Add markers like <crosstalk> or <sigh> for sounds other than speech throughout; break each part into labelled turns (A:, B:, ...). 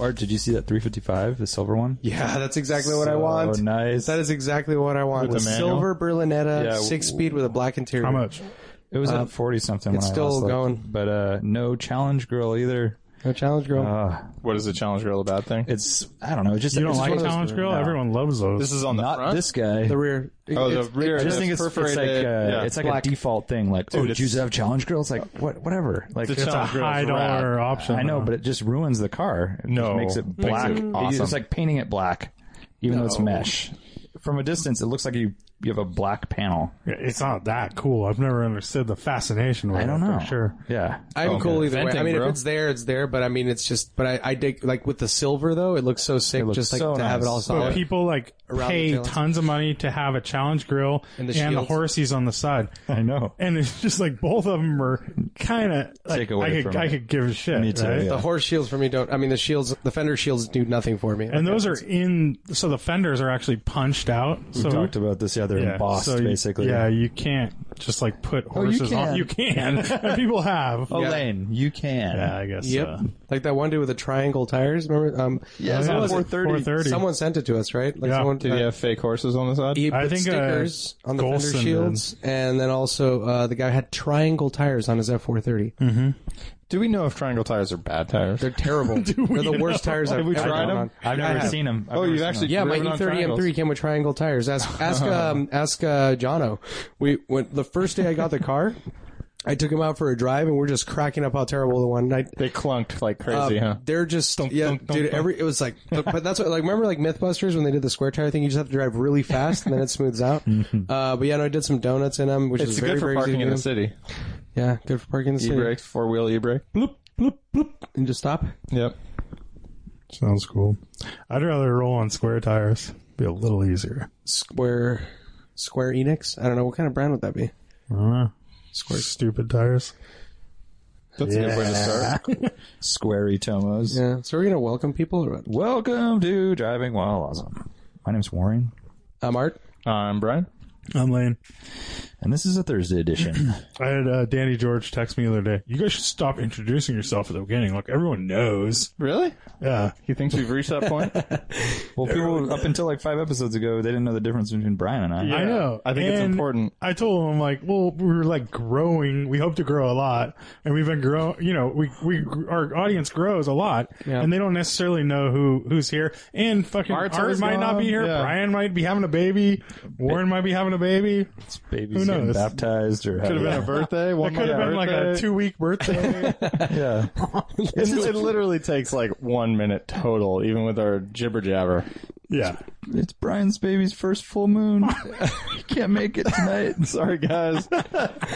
A: Art, did you see that 355, the silver one?
B: Yeah, <laughs> that's exactly what I
A: So
B: want.
A: nice.
B: That is exactly what I want.
C: With
B: With
C: the manual?
B: silver Berlinetta,
A: Yeah, w-
B: six speed with a black interior.
C: How much?
A: It was at 40 something.
B: uh, it's
A: when
B: still
A: I last looked.
B: going.
A: but uh, no challenge grill either.
B: No challenge, girl.
A: Uh,
C: What is the challenge grill about thing?
A: it's I don't know. It's just
D: You don't
A: it's just
D: like
A: one of those-
D: Challenge Grill?
A: No.
D: Everyone loves those.
C: This is on the
A: Not
C: front.
A: this guy.
B: the rear.
C: oh, the
B: it's-
C: rear.
A: I just think it's, it's like uh,
C: perforated. yeah.
A: it's like
B: Black.
A: a default thing. Like, oh,
C: Dude,
A: did you
C: it's-
A: have challenge grill? It's like what, whatever. Like,
C: It's a
D: a
C: Challenge Grill's
D: high dollar option.
A: I know,
D: though.
A: but it just ruins the car. It
C: No.
A: just makes it
C: Makes
A: black.
C: it awesome.
A: It's like painting it black, even though it's mesh. From a distance, it looks like you you have a black panel.
D: it's not that cool. I've never understood the fascination with
A: I don't
D: it
A: know.
D: for sure.
A: Yeah.
B: I'm
C: Okay.
B: cool either way.
C: Venting,
B: I mean,
C: bro.
B: if it's there, it's there. But I mean, it's just. But I, I dig like with the silver though. It looks so sick.
A: looks
B: just like
A: so
B: to have it
A: nice.
B: all
A: But
D: But
B: solid.
D: people like
B: Around the
D: pay
B: tail.
D: tons of money to have a challenge grill
B: And
D: and
B: the
D: the,
B: shields.
D: horsies on the side.
A: I know.
D: And it's just like both of them are kind of like
A: Take away
D: I could
A: from
D: I
A: it.
D: could give a shit.
A: Me too,
D: right?
A: yeah.
B: the horse shields for me don't. I mean, the shields, the fender shields do nothing for me.
D: And those are in so the fenders are actually punched out. So
A: we talked about this. Yeah, they're
D: yeah,
A: embossed,
D: so you-
A: basically.
D: Yeah, you can't just like put
B: Oh,
D: horses
A: can.
D: on. You can. <laughs> and
A: <laughs>
D: people have.
A: Oh,
B: Yeah.
A: Lane, you can.
D: Yeah, I guess.
B: Yep.
D: uh,
B: like that one dude with the triangle tires. Remember? Um,
A: Yeah, it's
D: yeah,
A: on
D: it's
A: 430.
D: 430.
B: Someone sent it to us, right? Like
D: Yeah.
B: someone
C: Did he have fake horses on the side?
B: he put
D: I think, uh,
B: stickers on the
D: Golson
B: fender
D: did.
B: shields, and then also uh, the guy had triangle tires on his F430.
C: Hmm. Do we know if triangle tires are bad tires?
B: They're
C: <laughs>
B: terrible. They're the worst tires I've
C: Have we
B: ever
C: tried
B: gone
C: 'em?
B: on.
A: I've
B: I
A: never
B: have.
A: seen them. I've
C: Oh,
A: never
C: you've
A: seen 'em.
C: actually
B: Yeah, my E
C: driven on
B: E30
C: triangles.
B: M3 came with triangle tires.
C: <laughs>
B: Ask ask um, ask uh, Jono. We when the first day I got the car, I took him out for a drive, and we're just cracking up how terrible the one. I,
C: They clunked like
B: um,
C: crazy, huh?
B: They're just yeah,
C: thump, thump,
B: dude.
C: thump.
B: Every it was like, but that's what like remember like MythBusters when they did the square tire thing. You just have to drive really fast, and then it smooths
C: <laughs>
B: out. uh, but yeah, no, I did some donuts in them, which
C: Mm-hmm. It's
B: is
C: good
B: very,
C: for
B: very
C: parking
B: easy
C: in
B: to
C: the
B: do.
C: city.
B: Yeah, good for parking in the
C: E
B: city.
C: brake, four wheel e brake.
B: Bloop bloop bloop, and just stop.
C: Yep.
D: Sounds cool. I'd rather roll on square tires. Be a little easier.
B: Square, Square Enix. I don't know what kind of brand would that be.
D: I don't know.
B: Square.
D: Stupid tires.
C: That's a good way to start.
A: Squarey Tomos.
B: Yeah. So we're gonna welcome people or what?
A: Welcome to Driving While Awesome. My name's Warren,
B: Um, Art.
C: Uh, I'm Brian.
D: I'm laying.
A: and this is a Thursday
D: <clears throat>
A: edition.
D: I had uh, Danny George text me the other day. You guys should stop introducing yourself at the beginning. Like everyone knows.
C: Really?
D: Yeah.
C: He thinks we've reached that <laughs> point?
A: well, people up until like five episodes ago, they didn't know the difference between Brian and I.
D: I know.
C: I think it's
D: And
C: important.
D: I told him, I'm like, well, we're like growing. We hope to grow a lot, and we've been grow. You know, we we our audience grows a lot,
B: Yeah.
D: and they don't necessarily know who who's here. And fucking
C: Art's
D: Art
C: always
D: might not
C: gone.
D: be here.
C: Yeah.
D: Brian might be having a baby. Warren might be having a baby.
A: It's babies
D: Who
A: getting
D: knows?
A: baptized or
C: Could have been a birthday. One
D: It could have been like a two
C: <laughs>
D: week birthday.
A: yeah.
C: It, it literally takes like one minute total, even with our jibber jabber.
D: yeah.
A: It's Brian's baby's first full moon.
D: <laughs>
A: <laughs> he can't make it tonight.
C: Sorry, guys.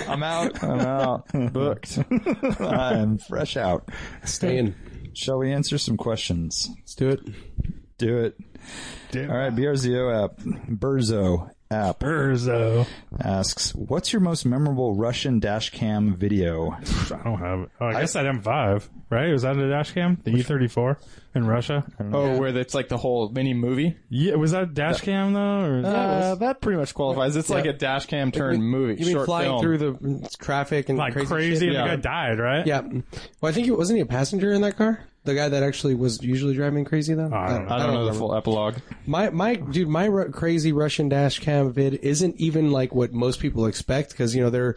A: I'm out.
C: I'm <laughs> out.
D: <laughs>
C: Booked.
A: I'm fresh out.
B: Stay <laughs> in.
A: Shall we answer some questions?
B: Let's do it.
A: Do it.
D: Damn.
A: All right, BRZO app, Burzo app
D: Urzo.
A: asks, "What's your most memorable Russian dash cam video?"
D: I don't have it. Oh, I, guess that M5, right? Was that a dash cam? The E34 in Russia?
C: Oh, where it's like the whole mini movie?
D: Yeah, was that a dash cam though? Or
C: Uh, that pretty much qualifies. It's like a dash cam turn movie.
B: You mean
C: short
B: flying
C: film.
B: through the mm, traffic and
D: like
B: crazy?
D: crazy,
B: shit?
D: and
C: yeah.
D: the guy died, right?
B: Yeah. Well, I think it wasn't he a passenger in that car? The guy that actually was usually driving crazy though.
D: I don't know.
C: I don't know the
B: remember.
C: full epilogue.
B: My my dude, my ru- crazy Russian dash cam vid isn't even like what most people expect because you know they're.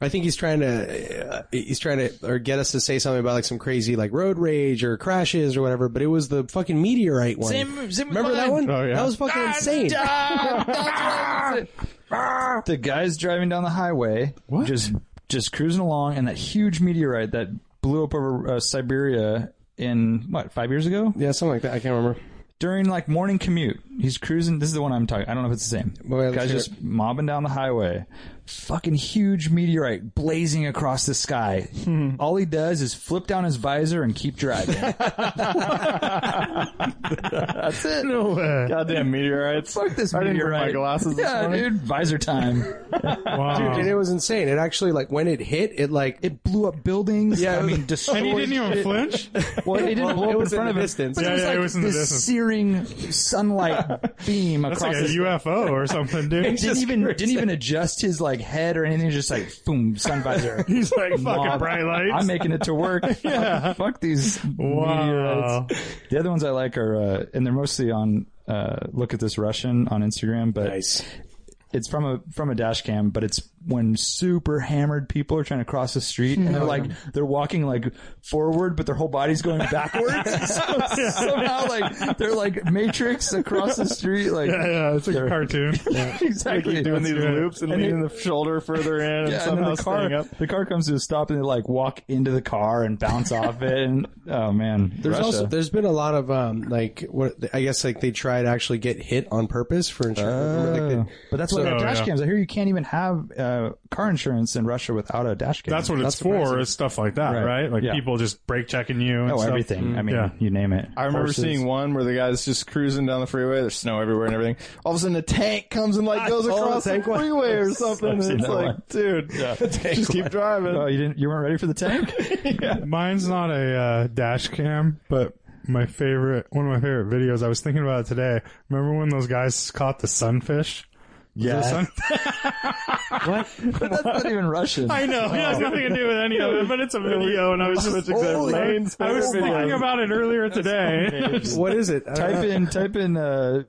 B: I think he's trying to uh, he's trying to or get us to say something about like some crazy like road rage or crashes or whatever. But it was the fucking meteorite one. Remember that one?
D: Oh, yeah.
B: That was fucking insane.
A: the guy's driving down the highway, just just cruising along, and that huge meteorite that blew up over uh, Siberia in what five years ago
B: Yeah, something like that. I can't remember.
A: during like morning commute. He's cruising. This is the one I'm talking. I don't know if it's the same.
B: Well, yeah, let's
A: Guy's
B: hear
A: just mobbing down the highway. Fucking huge meteorite blazing across the sky. All he does is flip down his visor and keep driving. <laughs> That's it.
D: No way.
C: Goddamn meteorites.
A: Fuck this
C: I didn't bring
A: meteorite.
C: my glasses this
A: yeah,
C: morning.
A: dude. Visor time.
D: Wow.
B: Dude, it was insane. It actually like when it hit, it like
A: <laughs> It blew up buildings.
B: Yeah,
A: I
B: it was-
A: mean, <laughs> destroyed.
D: and he didn't even flinch?
A: Well, it didn't
B: Well,
A: blow
B: it
A: up in
B: was in
A: front
B: the
A: of us.
B: distance.
A: But
D: Yeah,
A: it was
D: yeah, it
A: like
D: was in the
A: this
D: distance.
A: searing sunlight beam
D: <laughs> It's
A: across.
D: like a
A: his- <laughs>
D: UFO or something, dude. <laughs>
A: didn't even didn't even adjust his like like head or anything. Just like boom, sun
D: <laughs>
A: visor.
D: He's like fucking
A: Nah,
D: bright lights.
A: I'm making it to
D: <laughs>
A: work. yeah. fuck, these
D: Wow.
A: meteorites. The other ones I like are, uh, and they're mostly on uh, look at this Russian on Instagram, but it's from a from a dash cam, but it's when super hammered people are trying to cross the street and they're like they're walking like forward, but their whole body's going backwards.
D: <laughs>
A: so, somehow, like they're like Matrix across the street, like
D: Yeah, yeah, it's like
C: <laughs>
D: a cartoon.
A: <laughs> exactly
C: doing these loops and,
A: And
C: leaning the shoulder further in and
A: Yeah, and
C: somehow
A: then the car,
C: staying up.
A: the car comes to a stop, and they like walk into the car and bounce off it. And oh man,
B: There's
A: Russia.
B: also there's been a lot of um like what I guess like they try to actually get hit on purpose for insurance. Remember, like, they-
A: but that's why they have
D: Oh,
A: dash
D: yeah.
A: cams. I hear you can't even have uh, car insurance in Russia without a dash cam.
D: That's what
B: That's
D: it's for.
B: surprising.
D: Is stuff like that,
A: Right.
D: right? Like
A: Yeah.
D: people just brake checking you and
A: Oh,
D: stuff. mm,
A: everything. I mean,
D: Yeah.
A: you name it.
C: I remember
A: Horses.
C: seeing one where the guy's just cruising down the freeway. There's snow everywhere and everything. All of a sudden, a tank comes and like goes
B: saw
C: across
B: the
C: the
B: tank one.
C: freeway or something.
A: I've
C: And
A: seen
C: it's
A: that
C: like,
A: one.
C: dude, <laughs> just keep driving.
A: Oh, you didn't. You weren't ready for the <laughs> tank.
D: Mine's not a uh, dash cam, but my favorite one of my favorite videos. I was thinking about it today. Remember when those guys caught the sunfish?
A: yeah,
D: The sun-
A: but that's not even Russian.
D: I know. It has nothing to do with any of it, but it's a video, and I was just
A: Holy-
C: Lane's
D: I was
C: favorite
D: thinking
C: video.
D: about it earlier today.
B: what is it? I don't
A: <laughs>
B: know.
A: Type in, type in, uh,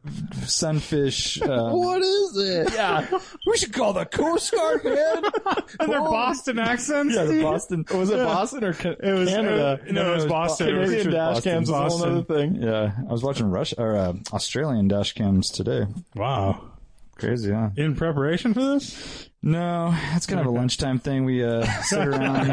A: sunfish. <laughs> Uh,
C: What is it?
A: yeah, we should call the Coast Guard, <laughs> man.
D: <laughs> <laughs> and their Boston accents.
A: yeah, the <laughs>
D: dude.
A: Boston.
C: Was it Boston or Ca-
D: It was
C: Canada?
D: no, it was Boston. It was
C: Canadian dash
D: Boston.
C: cams is a whole
D: Boston.
A: <laughs>
C: other thing.
A: Yeah, I was watching Rush or uh, Australian dash cams today.
D: Wow.
A: Crazy, huh?
D: In preparation for this,
A: No, that's kind of a lunchtime thing. We <laughs> uh, sit around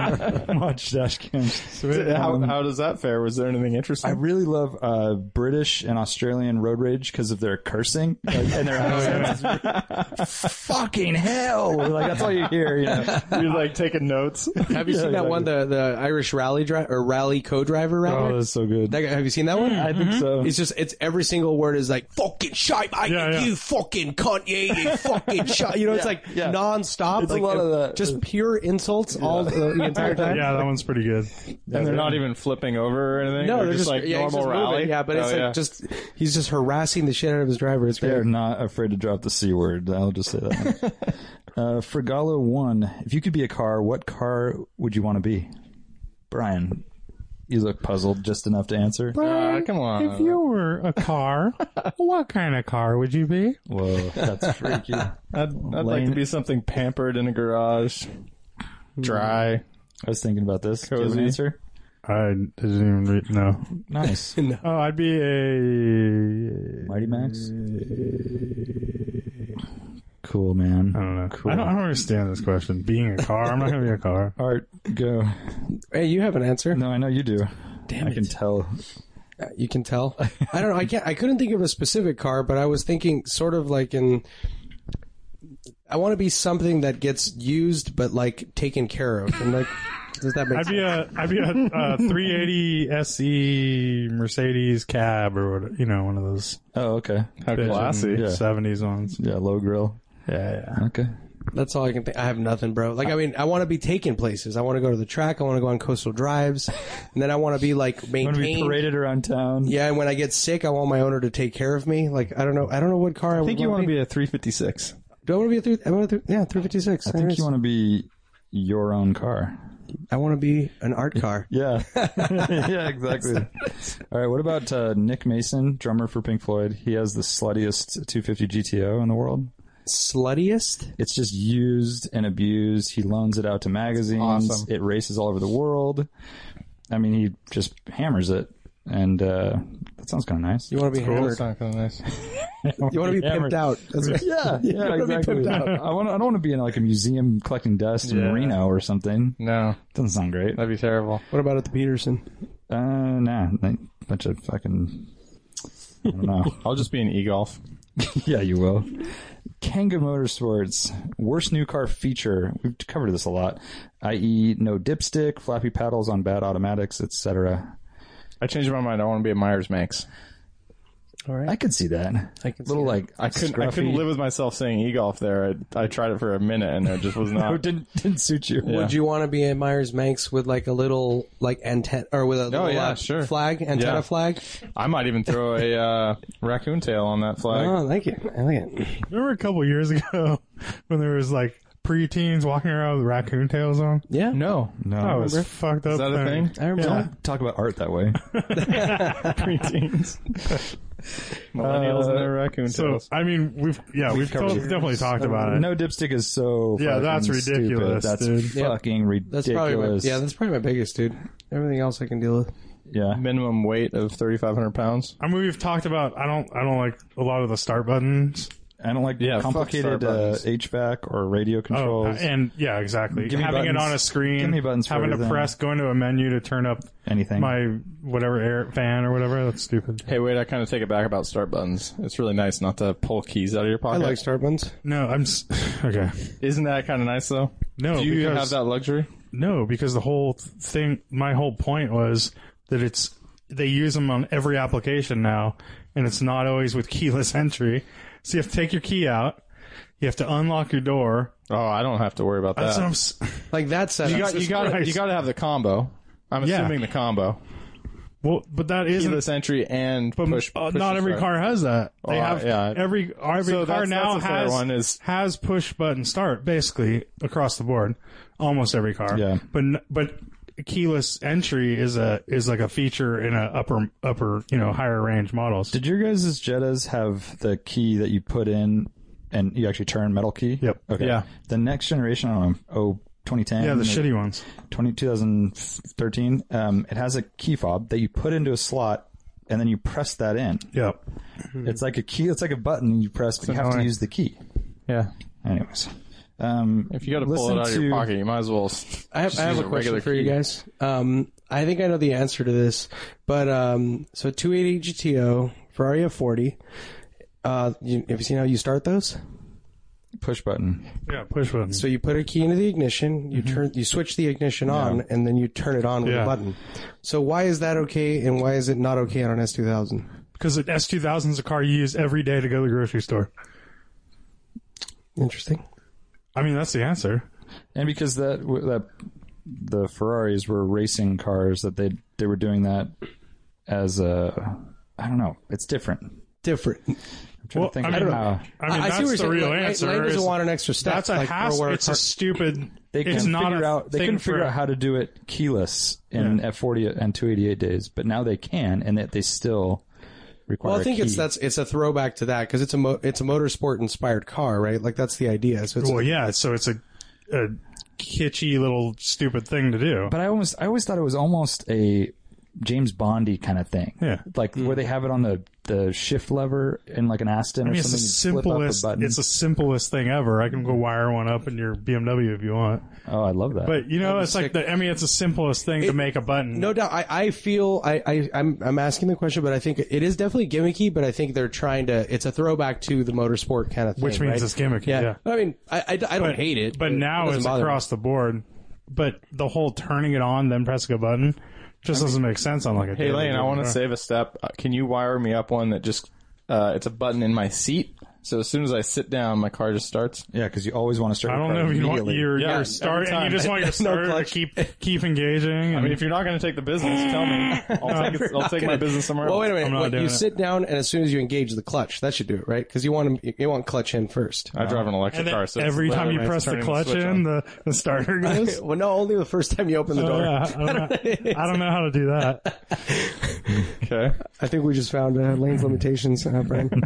A: <laughs> and watch dash cams.
C: How, how does that fare? Was there anything interesting?
A: I really love uh, British and Australian road rage because of their cursing like, and their accents. Fucking hell! Like that's all you hear. You <laughs> know?
C: You're like taking notes.
B: Have you seen that one, the the Irish rally dri- or rally co-driver rather?
A: Oh, that's so good.
B: That guy- have you seen that one?
A: I think so.
B: It's just it's every single word is like fucking shite, mate,
D: Yeah, yeah.
B: you fucking cunt, yeah, you fucking shite. You know, it's like
A: yeah.
B: nonstop,
A: It's a
B: like,
A: lot of that.
B: just pure insults all the, the entire time.
D: <laughs> yeah, that one's pretty good.
C: and they're not even flipping over or anything.
B: No,
C: they're,
B: they're
C: just, like
B: yeah, he's
C: normal
B: just moving,
C: rally.
B: Yeah, but
C: Oh,
B: it's like
C: yeah.
B: just he's just harassing the shit out of his driver. It's
A: They're
B: great.
A: not afraid to drop the c word. I'll just say <laughs> that. uh, Fregalo one. If you could be a car, what car would you want to be? Brian, you look puzzled just enough to answer.
C: Ah, come on.
D: If you were a car, <laughs> what kind of car would you be?
A: Whoa, that's freaky. <laughs> I
C: I'd, I'd like
A: Lane-
C: to be something pampered in a garage, dry.
A: was thinking about this. Do you have an
C: Cozy.
A: answer?
D: I didn't even read. No.
A: Nice.
D: Oh, I'd be a.
A: <laughs> Mighty Max. Cool, man.
D: I don't know.
A: Cool.
D: I, don't, I don't understand this question. Being a car, I'm not gonna be a car.
A: Art, go.
B: Hey, you have an answer.
A: No, I know you do.
B: Damn
A: I
B: it.
A: can tell.
B: You can tell. I don't know. I can't. I couldn't think of a specific car, but I was thinking sort of like in. I want to be something that gets used, but like taken care of, and like, does that make
D: I'd
B: sense?
D: be a I'd be a, uh 380 SE E Mercedes cab or what you know one of those
A: Oh, okay.
C: How
D: bitchin'
C: classy.
A: Yeah.
D: 70s ones.
A: Yeah, low grill.
D: Yeah, yeah.
A: Okay.
B: That's all I can think. I have nothing, bro. Like, I mean, I want to be taken places. I want to go to the track. I want to go on coastal drives, and then I want to be like
A: I'm gonna be
B: maintained.
A: paraded around town.
B: yeah, and when I get sick, I want my owner to take care of me. Like, I don't know. I don't know what car I,
C: I think you want to be a 356.
B: Do I want to be a three? I want to. Yeah, three fifty six.
A: I think you want to be your own car.
B: I want to be an art car.
A: Yeah. <laughs> yeah, <laughs> exactly. All right. What about uh, Nick Mason, drummer for Pink Floyd? He has the sluttiest 250 GTO in the world.
B: Sluttiest.
A: It's just used and abused. He loans it out to magazines.
C: awesome.
A: It races all over the world. I mean, he just hammers it, and uh, that sounds kind of nice.
B: You want to be hammered.
C: not kind of nice.
B: You want to be
A: Hammered.
B: pimped out. That's
A: <laughs>
B: right.
A: Yeah,
B: You
A: yeah,
B: wanna be
A: exactly.
B: pimped
A: I
B: out.
A: want. I don't want to be in like a museum collecting dust in
C: Yeah.
A: Reno or something.
C: No,
A: Doesn't sound great. Uh,
C: that'd be terrible.
B: What about at the Peterson?
A: nah, like, bunch of fucking. I don't <laughs> know.
C: I'll just be an e-golf.
A: yeah, you will. Kanga Motorsports worst new car feature. We've covered this a lot, i.e., no dipstick, flappy paddles on bad automatics, etc.
C: I changed my mind. I want to be a Myers Manx.
A: I could see that. I
B: can see
A: Little like I
C: Couldn't, I couldn't live with myself saying e-golf there. I, I tried it for a minute and it just was <laughs>
A: Oh, it
C: not.
A: didn't didn't suit you.
C: Yeah.
B: Would you want to be a Myers Manx with like a little like antenna or with a little
C: Oh, yeah,
B: uh,
C: sure.
B: flag antenna
C: Yeah.
B: flag?
C: I might even throw a uh, raccoon tail on that flag.
B: Oh, I like it. I like it.
D: Remember a couple years ago <laughs> when there was like preteens walking around with raccoon tails on?
B: Yeah.
C: No.
A: No,
D: That was fucked up.
C: Is that a <laughs> thing?
B: I remember.
A: don't talk about art that way.
C: Preteens. <laughs> Millennials and their raccoon
D: So
C: tails.
D: I mean, we've yeah, we've,
A: covered
D: to-
A: it.
D: definitely talked about it.
A: No dipstick is so
D: Yeah, that's
A: fucking stupid.
D: ridiculous,
A: That's
D: dude.
B: Yeah.
A: fucking ridiculous.
B: That's probably my, yeah. That's probably my biggest, dude. Everything else I can deal with.
A: yeah.
C: Minimum weight of 3,500 pounds.
D: I mean, we've talked about. I don't. I don't like a lot of the start buttons.
A: I don't like
C: Yeah, fuck
A: complicated
C: star
A: uh,
C: buttons.
A: HVAC or radio
D: Oh,
A: controls.
D: and yeah, exactly.
A: Give me
D: Having it
A: buttons.
D: on a screen,
A: Give me buttons for
D: having to
A: everything.
D: press, going to a menu to turn up
A: anything.
D: my whatever air fan or whatever. That's stupid.
C: Hey, wait, I kind of take it back about start buttons. It's really nice not to pull keys out of your
B: I
C: pocket.
B: like star buttons.
D: No, I'm s- <laughs> okay.
C: Isn't that kind of nice, though?
D: No,
C: Do you have
D: because-
C: that luxury?
D: No, because the whole thing, my whole point was that it's they use them on every application now, and it's not always with keyless entry. So you have to take your key out, you have to unlock your door.
C: Oh, I don't have to worry about
D: That's what I'm
C: that.
D: s- <laughs>
B: Like that setup.
C: You got, you,
D: Jesus
C: got,
D: Christ.
C: you got to have the combo. I'm
D: Yeah.
C: assuming the combo.
D: well, but that isn't.
C: Keyless entry and
D: but
C: push.
D: uh,
C: push
D: not
C: to
D: every
C: start.
D: car has that. They
C: Oh,
D: have
C: yeah.
D: every every
C: So
D: car
C: that's-
D: now
C: that's the fair
D: has
C: one is-
D: has push button start basically across the board, almost every car.
A: Yeah.
D: but n- but keyless entry is a is like a feature in a upper upper you know higher range models.
A: Did your guys' Jettas have the key that you put in and you actually turn metal key?
D: Yep.
A: Okay.
C: Yeah.
A: The next generation, I don't know, oh, 2010.
D: yeah, the
A: maybe
D: shitty ones.
A: 20, 2013, um, it has a key fob that you put into a slot and then you press that in.
D: Yep.
A: It's like a key, it's like a button you press, but you have to
D: Hmm. annoying.
A: use the key.
C: Yeah.
A: Anyways. Um,
C: If you got to pull it
A: listen
C: out of your
A: to-
C: pocket, you might as well. s-
B: I have,
C: just
B: I have
C: use
B: a question
C: regular
B: for you
C: key.
B: guys. Um, I think I know the answer to this, but um, so 280 GTO Ferrari F40. Uh, you, have you seen how you start those?
A: push button.
D: Yeah, push buttons.
B: So you put a key into the ignition, you turn, you switch the ignition on, and then you turn it on with
D: Mm-hmm. Yeah.
B: a button. So why is that okay, and why is it not okay on an S2000?
D: Because an S2000 is a car you use every day to go to the grocery store.
B: Interesting.
D: I mean, that's the answer.
A: And because that, that, the Ferraris were racing cars that they, they were doing that as a, I don't know, it's different.
B: Different.
A: trying
D: Well,
A: to think
D: I
A: of
D: mean,
A: how-
D: I mean,
B: I- I
D: that's
B: see what you're
D: the
B: saying.
D: real
B: Like, Lane-
D: answer.
B: Lane doesn't
D: is-
B: want an extra step,
D: That's a
B: like, for
D: hassle.
B: where
D: It's
B: car-
D: a stupid.
A: They
D: it's
A: couldn't
D: not
A: figure
D: a
A: out. They
D: thing
A: couldn't figure
D: for-
A: out how to do it keyless in at forty and two eighty eight days, but now they can, and that they still require.
B: Well, I think
A: a key.
B: it's that's it's a throwback to that because it's a mo- it's a motorsport inspired car, right? Like that's the idea. So it's
D: Well, yeah. So it's a, a kitschy little stupid thing to do.
A: But I almost, I always thought it was almost a James Bondy kind of thing.
D: Yeah.
A: like where they have it on the the shift lever in like an Aston
D: I mean,
A: or
D: it's
A: something.
D: the
A: you flip up a
D: simplest.
A: button.
D: It's the simplest thing ever. I can go wire one up in your BMW if you want.
A: oh, I love that.
D: But you know, it's like the. I mean, it's the simplest thing to make a button.
B: No doubt. I, I feel I, I I'm I'm asking the question, but I think it is definitely gimmicky. But I think they're trying to. It's a throwback to the motorsport kind of thing,
D: Which means
B: right?
D: it's gimmicky, yeah.
B: I mean, I, I, I don't hate it,
D: But now
B: doesn't
D: it's
B: bother me.
D: across the board. But the whole turning it on then pressing a button just doesn't make sense on like a
C: Hey,
D: daily
C: Lane, I want to
D: driver.
C: save a step. Uh, Can you wire me up one that just, uh, it's a button in my seat. So as soon as I sit down, my car just starts.
A: yeah, because you always want to start.
D: I
A: your
D: don't
A: car
D: know if you want
A: immediately.
D: your,
C: Yeah,
D: your
C: every
D: start, and
C: time.
D: you just want your starter to
B: clutch.
D: keep keep engaging.
C: I mean, if you're not going to take the business, tell <laughs> me. I'll take, it, I'll take my business somewhere
B: Well, wait
C: else.
B: a minute.
D: I'm not
B: Wait,
D: doing
B: you
D: it.
B: sit down, and as soon as you engage the clutch, that should do it, right? Because you want 'em- you want clutch in first.
C: I drive an electric
D: And then
C: car, so
D: every time you press the clutch in, the, the starter
B: <laughs>
D: goes.
B: well, no, only the first time you open the
D: Oh,
B: door.
D: yeah, I, don't know, I don't know how to do that.
C: okay.
B: I think we just found uh, Lane's limitations, uh, Brian. <laughs>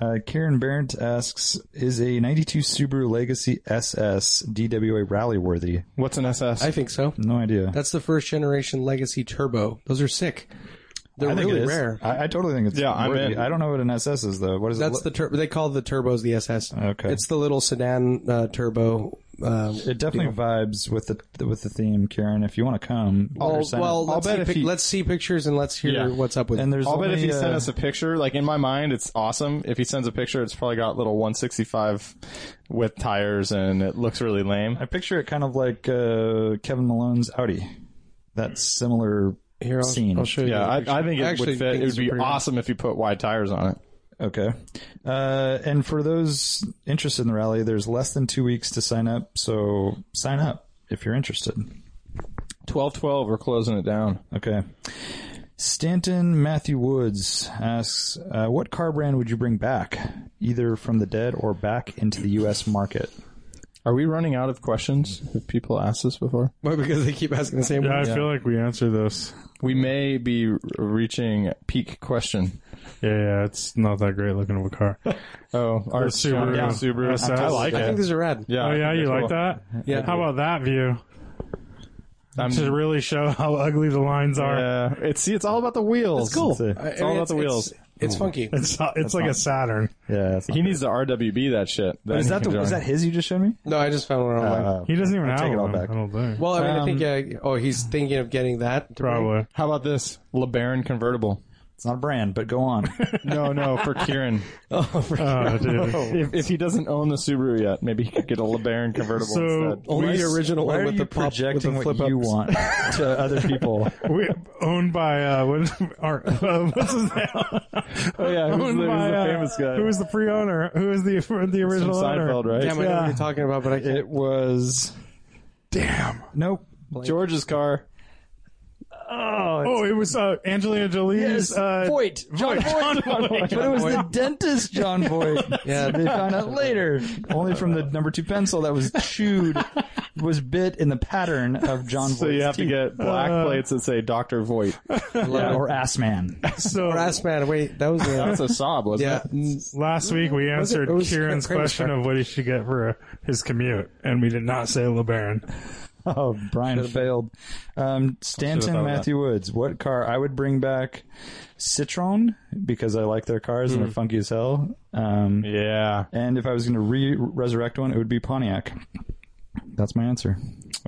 A: Uh, Karen Barrent asks: Is a '92 Subaru Legacy SS DWA rally worthy?
C: What's an SS?
B: I think so.
A: No idea.
B: That's the first generation legacy turbo. Those are sick. They're
A: I think
B: really
A: it is.
B: rare.
A: I, I totally think it's.
C: Yeah, I'm
A: worthy.
C: in.
A: I don't know what an SS is though. What is
B: That's
A: it?
B: the tur- they call the turbos the SS.
A: Okay.
B: It's the little sedan uh, turbo. Uh,
A: It definitely vibes with the with the theme, Karen. If you want to come,
B: oh,
A: there's-
B: well, let's,
C: bet
B: see
C: if
B: pic-
C: he-
B: let's see pictures and let's hear
C: Yeah.
B: what's up with.
A: and
B: it.
A: there's.
C: I'll bet if
A: only,
C: he sent
A: uh,
C: us a picture, like in my mind, it's awesome. If he sends a picture, it's probably got little 165 with tires, and it looks really lame.
A: I picture it kind of like uh, Kevin Malone's Audi. That similar
B: Here, I'll,
A: scene.
B: I'll show you.
C: Yeah, I,
B: the
C: I think it
B: Actually,
C: would fit.
B: think
C: It
B: these
C: would
B: are
C: be
B: pretty nice.
C: awesome if you put wide tires on it.
A: Okay. Uh, and for those interested in the rally, there's less than two weeks to sign up, so sign up if you're interested.
C: Twelve, twelve. We're closing it down.
A: Okay. Stanton Matthew Woods asks, uh, "What car brand would you bring back, either from the dead or back into the U.S. market?"
C: Are we running out of questions? Have people asked us before?
B: Why? Because they keep asking the same
D: Yeah, I
B: ones.
D: feel like we answered this.
C: We may be r- reaching peak question.
D: Yeah, yeah, it's not that great looking of a car.
C: Oh, our Subaru.
D: Subaru.
C: Subaru.
D: SS. I like
B: I think these are rad.
C: Yeah.
D: Oh yeah,
C: they're
D: you like
C: cool.
D: that?
B: Yeah.
D: How about that view
C: I'm,
D: to really show how ugly the lines are?
C: yeah. It's see, it's all about the wheels.
A: It's cool. It's a-
C: It's, all about the wheels.
B: It's, <laughs> funky.
D: It's it's like a Saturn.
A: Yeah, that's not
C: he
A: bad.
C: needs to RWB that shit. Then
A: Is
C: he
A: that
C: can
A: the is
C: join.
A: that his you just showed me?
B: No, I just found one online.
A: Uh,
D: He doesn't even
A: I
D: have
A: take it all
D: one.
A: back.
D: I don't think.
B: well, I mean, I think
C: um,
B: yeah. Oh, he's thinking of getting that. to bring.
D: probably.
C: How about this LeBaron convertible?
A: it's not a brand, but go on.
C: No, no, for Kieran.
D: Oh, dude.
C: <laughs> If, if he doesn't own the Subaru yet, maybe he could get a LeBaron convertible <laughs>
D: So-
C: instead.
B: Only the original
A: <laughs> Why
B: one
A: are
B: with
A: you
B: the pop,
A: projecting
B: with the flip
A: what you
B: ups.
A: want to <laughs> other people?
D: we, owned by uh, what is, our, <laughs> uh, what's his name?
C: Oh yeah, who's
D: owned
C: the, who's
D: by
C: the
D: uh,
C: famous guy?
D: Who was the free owner? Who was the the
C: from
D: original owner?
C: Seinfeld, right?
B: Damn, I know what you're talking about, but I can't.
A: It was. Damn. Nope.
C: George's car.
D: Oh, it was uh, Angelina Jolie's. uh,
A: Voight. John
D: John Voight.
A: But it was the dentist
B: <laughs>
A: John Voight. yeah, they found out later. Only from the number two pencil that was chewed, was bit in the pattern of John Voight's
C: So you have to
A: teeth.
C: get black plates that say Doctor Voight.
A: Yeah, or ass man.
D: So
B: Brass man, wait, that was
C: <laughs> That's
B: a,
C: a sob, wasn't
B: yeah.
C: it?
D: last week we answered
B: it was
D: Kieran's
B: Kramer's
D: question
B: car.
D: of what he should get for uh, his commute, and we did not say LeBaron.
A: <laughs> Oh, Brian failed. Um, Stanton
C: thought of
A: Matthew Woods. What car I would bring back? Citroen because I like their cars and they're funky as hell. Um,
C: Yeah,
A: And if I was going to re resurrect one, it would be Pontiac. That's my answer.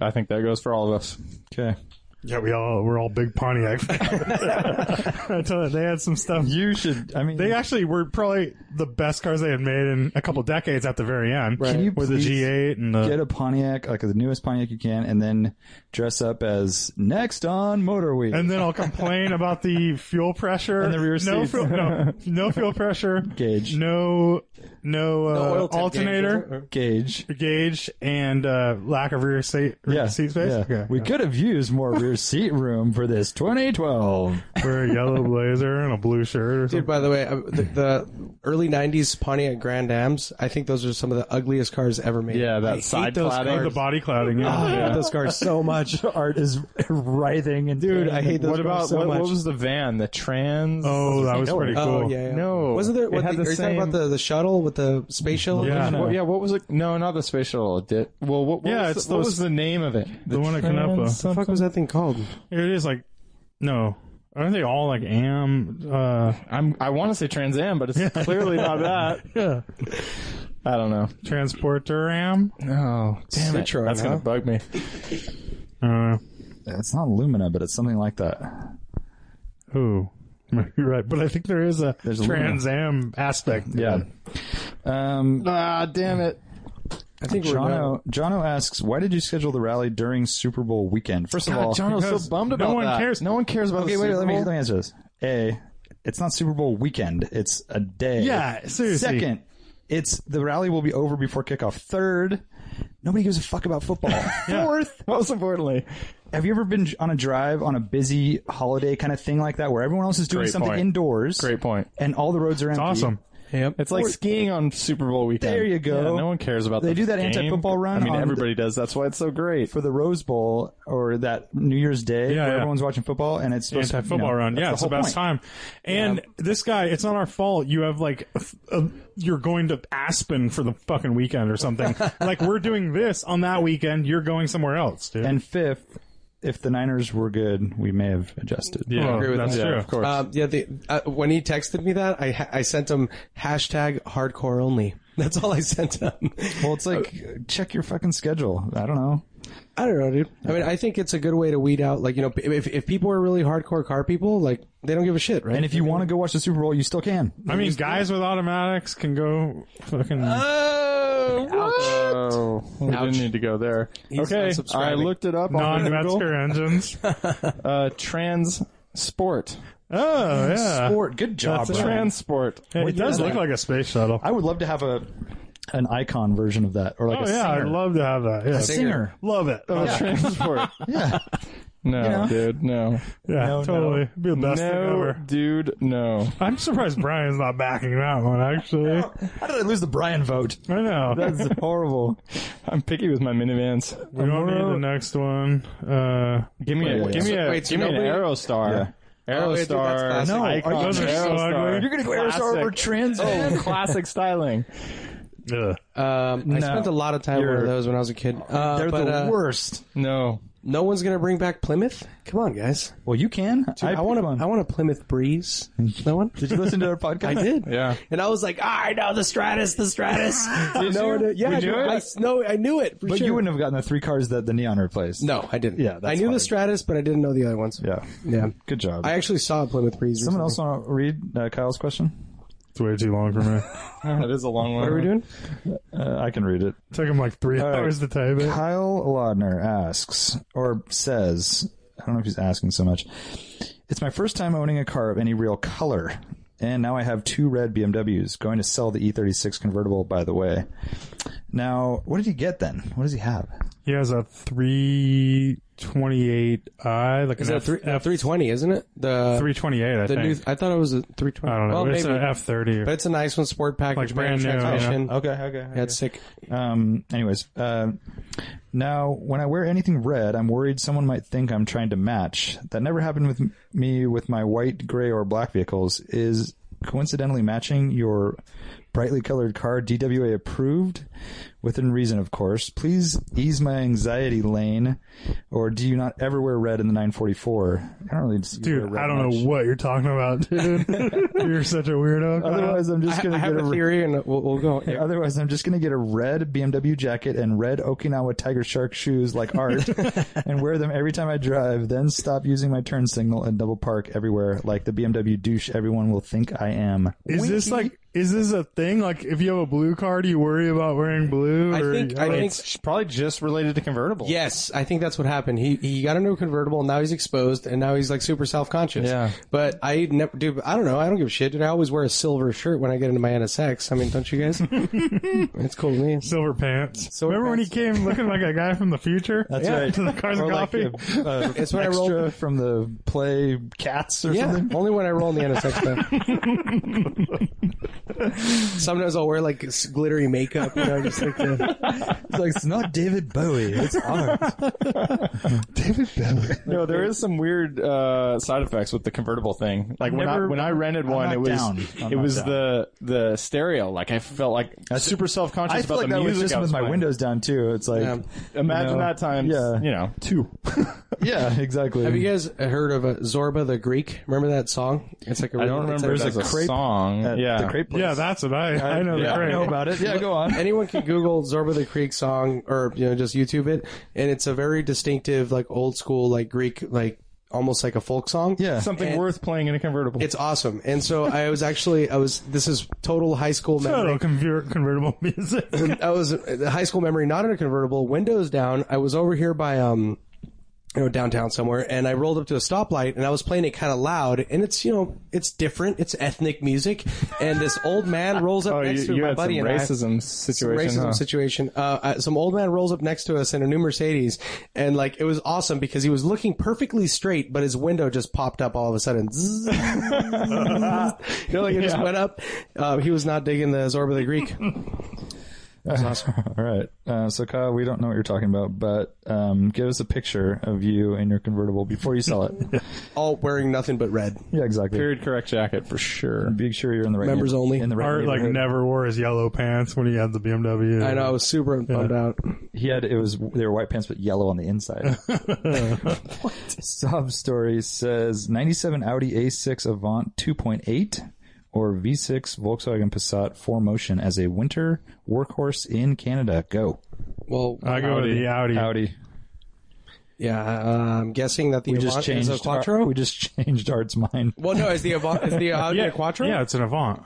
C: I think that goes for all of us.
A: Okay.
D: Yeah, we all we're all big Pontiac. fans. <laughs> I tell you, they had some stuff.
A: You should. I mean,
D: They actually were probably the best cars they had made in a couple decades at the very end.
A: Can you
D: with the
A: please
D: G8 and the
A: get a Pontiac, like the newest Pontiac you can, and then dress up as next on Motor Week.
D: and then I'll complain about the fuel pressure
A: And the rear
D: no
A: seats.
D: Fuel, no, no fuel pressure
A: Gauge.
D: No, no, uh,
B: oil tank gauge,
D: alternator
B: is
A: Gauge.
D: gauge and uh, lack of rear seat rear
A: Yeah,
D: seat space.
A: yeah.
D: Okay.
A: We could have used more rear seat room for this 2012.
D: Wear a yellow blazer and a blue shirt or something.
B: Dude, by the way, uh, the, the early '90s Pontiac Grand Ams. I think those are some of the ugliest cars ever made.
C: Yeah, that
B: I hate
C: side
B: those
C: cladding.
D: the
B: cars.
D: body clouding. Yeah.
B: I hate those cars so much.
A: Art is writhing and
B: Dude, I hate those
C: What about
B: cars so
C: what,
B: much.
C: what was the van? The trans?
D: Oh, that was pretty cool.
B: Oh yeah, yeah.
C: No,
B: wasn't there?
C: it
B: What
C: had
B: the,
C: the
B: are you talking
C: same-
B: about the, the shuttle with the space shuttle?
D: Yeah.
C: Well, yeah, what was it? No, not the space shuttle. It did. Well, what, what
D: Yeah,
C: was
D: it's
C: the, what
D: those-
C: was the name of it?
D: The one at
C: trans
D: Canepa.
B: What the
C: something?
B: fuck was that thing called?
D: It is like no. Aren't they all like am? Uh,
C: I'm, I want to say Trans Am, but it's clearly not that.
D: yeah.
C: I don't know.
D: Transporter am.
C: No, damn it,
B: Citron,
C: That's gonna
B: huh?
C: bug me.
D: Uh,
A: It's not Lumina, but it's something like that.
D: ooh, <laughs> you're right. But I think there is a
A: There's a
D: Trans Am aspect.
A: Yeah. Um,
C: Ah, damn it.
B: I think we're done.
A: Jono, Jono asks, why did you schedule the rally during Super Bowl weekend? First of all,
C: John was
D: because
C: so bummed
D: no
C: about
D: one
C: that.
D: cares.
C: No one cares about.
A: Okay,
C: the
A: wait,
C: Super
A: let me,
C: Bowl.
A: let me answer this. A, it's not Super Bowl weekend. It's a day.
D: Yeah, seriously.
A: Second, it's the rally will be over before kickoff. Third, nobody gives a fuck about football.
D: <laughs>
A: Fourth,
C: <laughs> Most importantly,
A: have you ever been on a drive on a busy holiday kind of thing like that where everyone else is doing
C: Great
A: something
C: point.
A: indoors?
C: Great point.
A: And all the roads are empty.
D: Awesome.
B: Yep.
C: it's like skiing on Super Bowl weekend.
A: There you go.
C: Yeah, no one cares about.
A: They
C: the
A: do that
C: game.
A: anti-football run
C: I mean,
A: on
C: everybody does. That's why it's so great.
A: For the Rose Bowl or that New Year's Day
D: Yeah,
A: where
D: yeah.
A: everyone's watching football and it's supposed
D: anti
A: to, you know,
D: football run.
A: that's
D: Yeah, it's the
A: whole
D: best
A: point.
D: time. And this guy, it's not our fault. You have like, a, a- you're going to Aspen for the fucking weekend or something.
A: <laughs>
D: like we're doing this on that weekend. You're going somewhere else, dude.
A: And fifth, if the Niners were good, we may have adjusted.
D: yeah,
B: agree with
D: that's
B: that.
D: true.
C: Yeah, of course.
B: Um, yeah, the, uh, when he texted me that, I ha- I sent him hashtag hardcore only. <laughs> That's all I sent him.
A: Well, it's like uh, check your fucking schedule. I don't know.
B: I don't know, dude. I mean, I think it's a good way to weed out, like you know, if if people are really hardcore car people, like they don't give a shit, right?
A: And if you want to go watch the Super Bowl, you still can.
D: I mean, guys with automatics can go fucking.
C: Oh, we didn't need to go there.
B: He's
C: okay, I
B: unsubscribing.
C: looked it up on Google.
D: Non-Metzger
A: <laughs>
D: engines. Oh
C: Uh, trans sport.
D: Oh, yeah,
A: Sport, good job.
C: That's
A: Brian.
C: Uh, transport.
D: it does look like a space shuttle.
A: I would love to have a an icon version of that, or like
D: Oh
A: a
D: yeah, I'd
A: singer.
D: love to have that. Yeah.
A: singer.
B: <laughs>
D: love it.
C: Oh, transport.
A: Yeah,
C: No,
A: know?
C: dude, no.
D: Yeah,
A: No,
D: totally. Be the best thing
C: No,
D: ever.
C: dude, no.
D: I'm surprised Brian's not backing that one,
A: <laughs>
D: actually.
A: How did I lose the Brian <laughs> vote?
D: I know.
A: That's horrible.
C: I'm picky with my minivans.
D: we don't need the next one. Uh,
C: Give me, a,
A: Wait,
C: give me a,
B: wait, so
C: give me an
B: nobody-
C: Aerostar.
B: Oh, dude, that's
C: Aerostar.
B: classic. No,
A: are you
C: Icon,
A: kidding me?
C: Aerostar.
A: You're gonna go Aerostar over Trans?
C: Oh, <laughs> classic styling.
D: ugh.
B: Um, I spent a lot of time with
A: You're-
B: one of those when I was a kid. Uh,
A: They're
B: but,
A: the
B: uh,
A: worst.
C: No,
B: No one's gonna bring back Plymouth. Come on, guys.
A: Well, you can.
B: I, want a, I want a Plymouth Breeze. No one.
A: Did you listen to our podcast?
B: <laughs> I did.
C: Yeah.
B: And I was like, ah, I know the Stratus, the Stratus.
D: Uh-huh.
C: Did
B: no,
C: you?
B: I- yeah,
C: Would
B: I,
C: you
B: knew-
C: do it?
B: I s- no, I knew it. For
A: But
B: sure.
A: you wouldn't have gotten the three cars that the neon replaced.
B: No, I didn't.
A: Yeah, that's
B: I knew the
A: hard.
B: Stratus, but I didn't know the other ones.
A: Yeah.
B: Yeah.
A: Good job.
B: I actually saw a Plymouth Breeze.
A: Someone else
B: recently.
A: want to read uh, Kyle's question?
D: It's way too long for me. <laughs>
C: That is a long one.
B: What are we doing?
A: Uh, I can read it.
D: Took him like three
A: All right.
D: hours to type it.
A: Kyle Laudner asks, or says, I don't know if he's asking so much. It's my first time owning a car of any real color, and now I have two red BMWs. Going to sell the E36 convertible, by the way. Now, what did he get then? What does he have?
D: He has a 328i, like
B: Is
D: an
B: that
D: F,
B: three,
D: F-
B: three twenty? Isn't it the
D: 328, I
B: the
D: think.
B: new? I thought it was a three twenty.
D: I don't know.
B: Well,
D: it's
B: maybe,
D: an F30.
B: but it's a nice one. Sport package,
D: Like brand new, yeah.
B: transmission.
A: Okay, okay.
B: That's sick.
A: Um, anyways, uh, now when I wear anything red, I'm worried someone might think I'm trying to match. That never happened with m- me with my white, gray, or black vehicles. Is coincidentally matching your brightly colored car DWA approved? Within reason, of course. Please ease my anxiety lane. Or do you not ever wear red in the 944? I don't really see you wear
D: dude,
A: red
D: I don't
A: much.
D: know what you're talking about, dude. you're such a weirdo. Kyle.
A: Otherwise, I'm just
B: I,
A: going
B: I
A: to get
B: have
A: a
B: a theory, and we'll, we'll <laughs> go.
A: Yeah, Otherwise, I'm just going to get a red BMW jacket and red Okinawa Tiger Shark shoes like <laughs> art and wear them every time I drive, then stop using my turn signal and double park everywhere like the BMW douche everyone will think I am. <laughs>
D: Is this like is this a thing? Like, if you have a blue car, do you worry about wearing blue?
B: I
D: or-
B: think. I think.
C: It's probably just related to convertible.
B: Yes, I think that's what happened. He he got into a convertible, now he's exposed, and now he's like super self conscious.
C: Yeah.
B: But I never do. I don't know. I don't give a shit. Dude, I always wear a silver shirt when I get into my NSX. I mean, don't you guys? it's cool to me.
D: silver pants.
B: Silver
D: Remember
B: pants.
D: when he came looking like a guy from the future?
A: That's
D: Yeah,
C: <laughs>
A: right.
D: To the cars and
A: Or like
D: coffee.
A: a, <laughs> uh,
B: It's when I roll-
A: extra from the play Cats or
B: Yeah,
A: something.
B: only when I roll in the NSX though. Sometimes I'll wear like s- glittery makeup. You know, just like the,
A: It's like, it's not David Bowie. It's art. <laughs> David Bowie.
C: No, there is some weird uh, side effects with the convertible thing. Like when I
A: Never-
C: when I rented one,
A: not
C: it was
A: down. I'm
C: it
A: not
C: was
A: down.
C: the the stereo. Like I felt like super self
A: I
C: conscious
A: feel like
C: about the
A: that was
C: music.
A: just
C: I
A: with
C: was
A: my
C: playing.
A: windows down too. It's like,
B: Yeah.
C: Imagine
A: you know,
C: that times.
A: yeah.
C: You know,
A: two.
C: <laughs>
A: yeah, exactly.
B: have you guys heard of uh, Zorba the Greek? Remember that song? It's like a
C: I don't
B: it's
C: remember.
B: like-
C: There's a
A: crepe
C: song.
A: At
C: yeah,
A: the crepe place.
D: yeah, that's what I I know.
C: yeah.
D: the
A: I
D: crate.
A: know about it. Yeah, go on.
B: <laughs> anyone can Google Zorba the Greek song or you know just YouTube it, and it's a very distinctive like old school like Greek like almost like a folk song.
A: Yeah.
C: something
B: And-
C: worth playing in a convertible.
B: It's awesome, and so I was actually I was this is total high school memory.
D: Total conver- convertible <laughs> music.
B: I was the high school memory, not in a convertible, windows down. I was over here by um, you know, downtown somewhere, and I rolled up to a stoplight, and I was playing it kind of loud, and it's you know, it's different, it's ethnic music, and this old man rolls up
C: oh,
B: next
C: you,
B: to
C: you
B: my
C: had some
B: buddy and I.
C: racism situation.
B: Racism
C: huh?
B: situation. Uh, uh, some old man rolls up next to us in a new Mercedes, and like it was awesome because he was looking perfectly straight, but his window just popped up all of a sudden. <laughs> Zzz. you know, like it just went up. Uh, he was not digging the Zorba the Greek.
A: <laughs> All right. Uh, so, Kyle, we don't know what you're talking about, but um, give us a picture of you and your convertible before you sell it.
B: <laughs> all wearing nothing but red.
A: yeah, exactly.
C: Period correct jacket for sure.
A: Be sure you're in the right
B: Members
A: neigh-
B: only.
A: In the right
D: Art like
A: neighborhood.
D: never wore his yellow pants when he had the BMW.
B: I know. I was super bummed out.
A: He had it was they were white pants but yellow on the
B: <laughs>
A: inside. <laughs> Sob story says 97 Audi A6 Avant 2.8 or V6 Volkswagen Passat 4 Motion as a winter workhorse in Canada. Go
B: Well,
D: I go with the Audi.
A: Audi.
B: yeah, uh, I'm guessing that the
A: We
B: Avant
A: just
B: is
A: changed
B: a
A: our-
B: Quattro.
A: we just <laughs> changed Art's mind.
B: well, no, is the Avant is the uh, Audi
D: Yeah,
B: a Quattro?
D: Yeah, it's an Avant.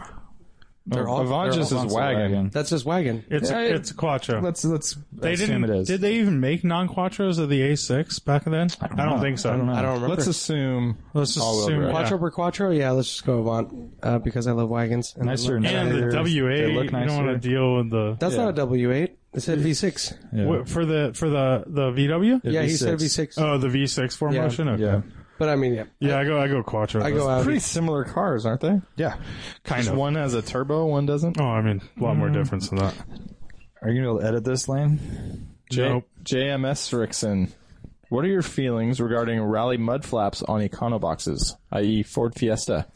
B: they're all,
C: Avant
B: they're
C: just
B: all-
C: Oh, is wagon.
B: that's just wagon.
D: It's
A: Yeah,
D: a, it's a Quattro.
A: Let's let's
D: they
A: assume
D: didn't.
A: it is.
D: Did they even make non-quattros of the A6 back then? I don't,
A: know.
D: think so.
A: I don't know.
B: I don't remember.
C: Let's assume.
D: Let's just
C: all-wheel
D: assume
C: drive.
B: Quattro per Quattro. Yeah, let's just go Avant uh, because I love wagons. And I
A: nicer
B: love-
A: and
D: And
A: nicer.
D: the WA,
A: They
D: you
A: look
D: don't
A: nicer.
D: want to deal with the.
B: That's not a W8. It said V6.
A: Yeah.
D: Wh- for the for the the VW.
A: Yeah,
B: yeah, he
A: V6.
B: said V6.
D: Oh, the V6 four
B: Yeah.
D: motion. Okay.
A: yeah,
B: But I mean, yeah.
D: Yeah, I go I go Quattro.
B: I go out.
C: Pretty similar cars, aren't they?
A: yeah.
D: kind
C: Just
D: of.
C: one has a turbo, one doesn't.
D: Oh, I mean, a lot
A: Mm-hmm.
D: more difference than that.
A: Are you gonna be able to edit this, Lane?
C: J-
D: Nope.
C: JMS Rickson. What are your feelings regarding rally mud flaps on Econoboxes, i.e. Ford Fiesta?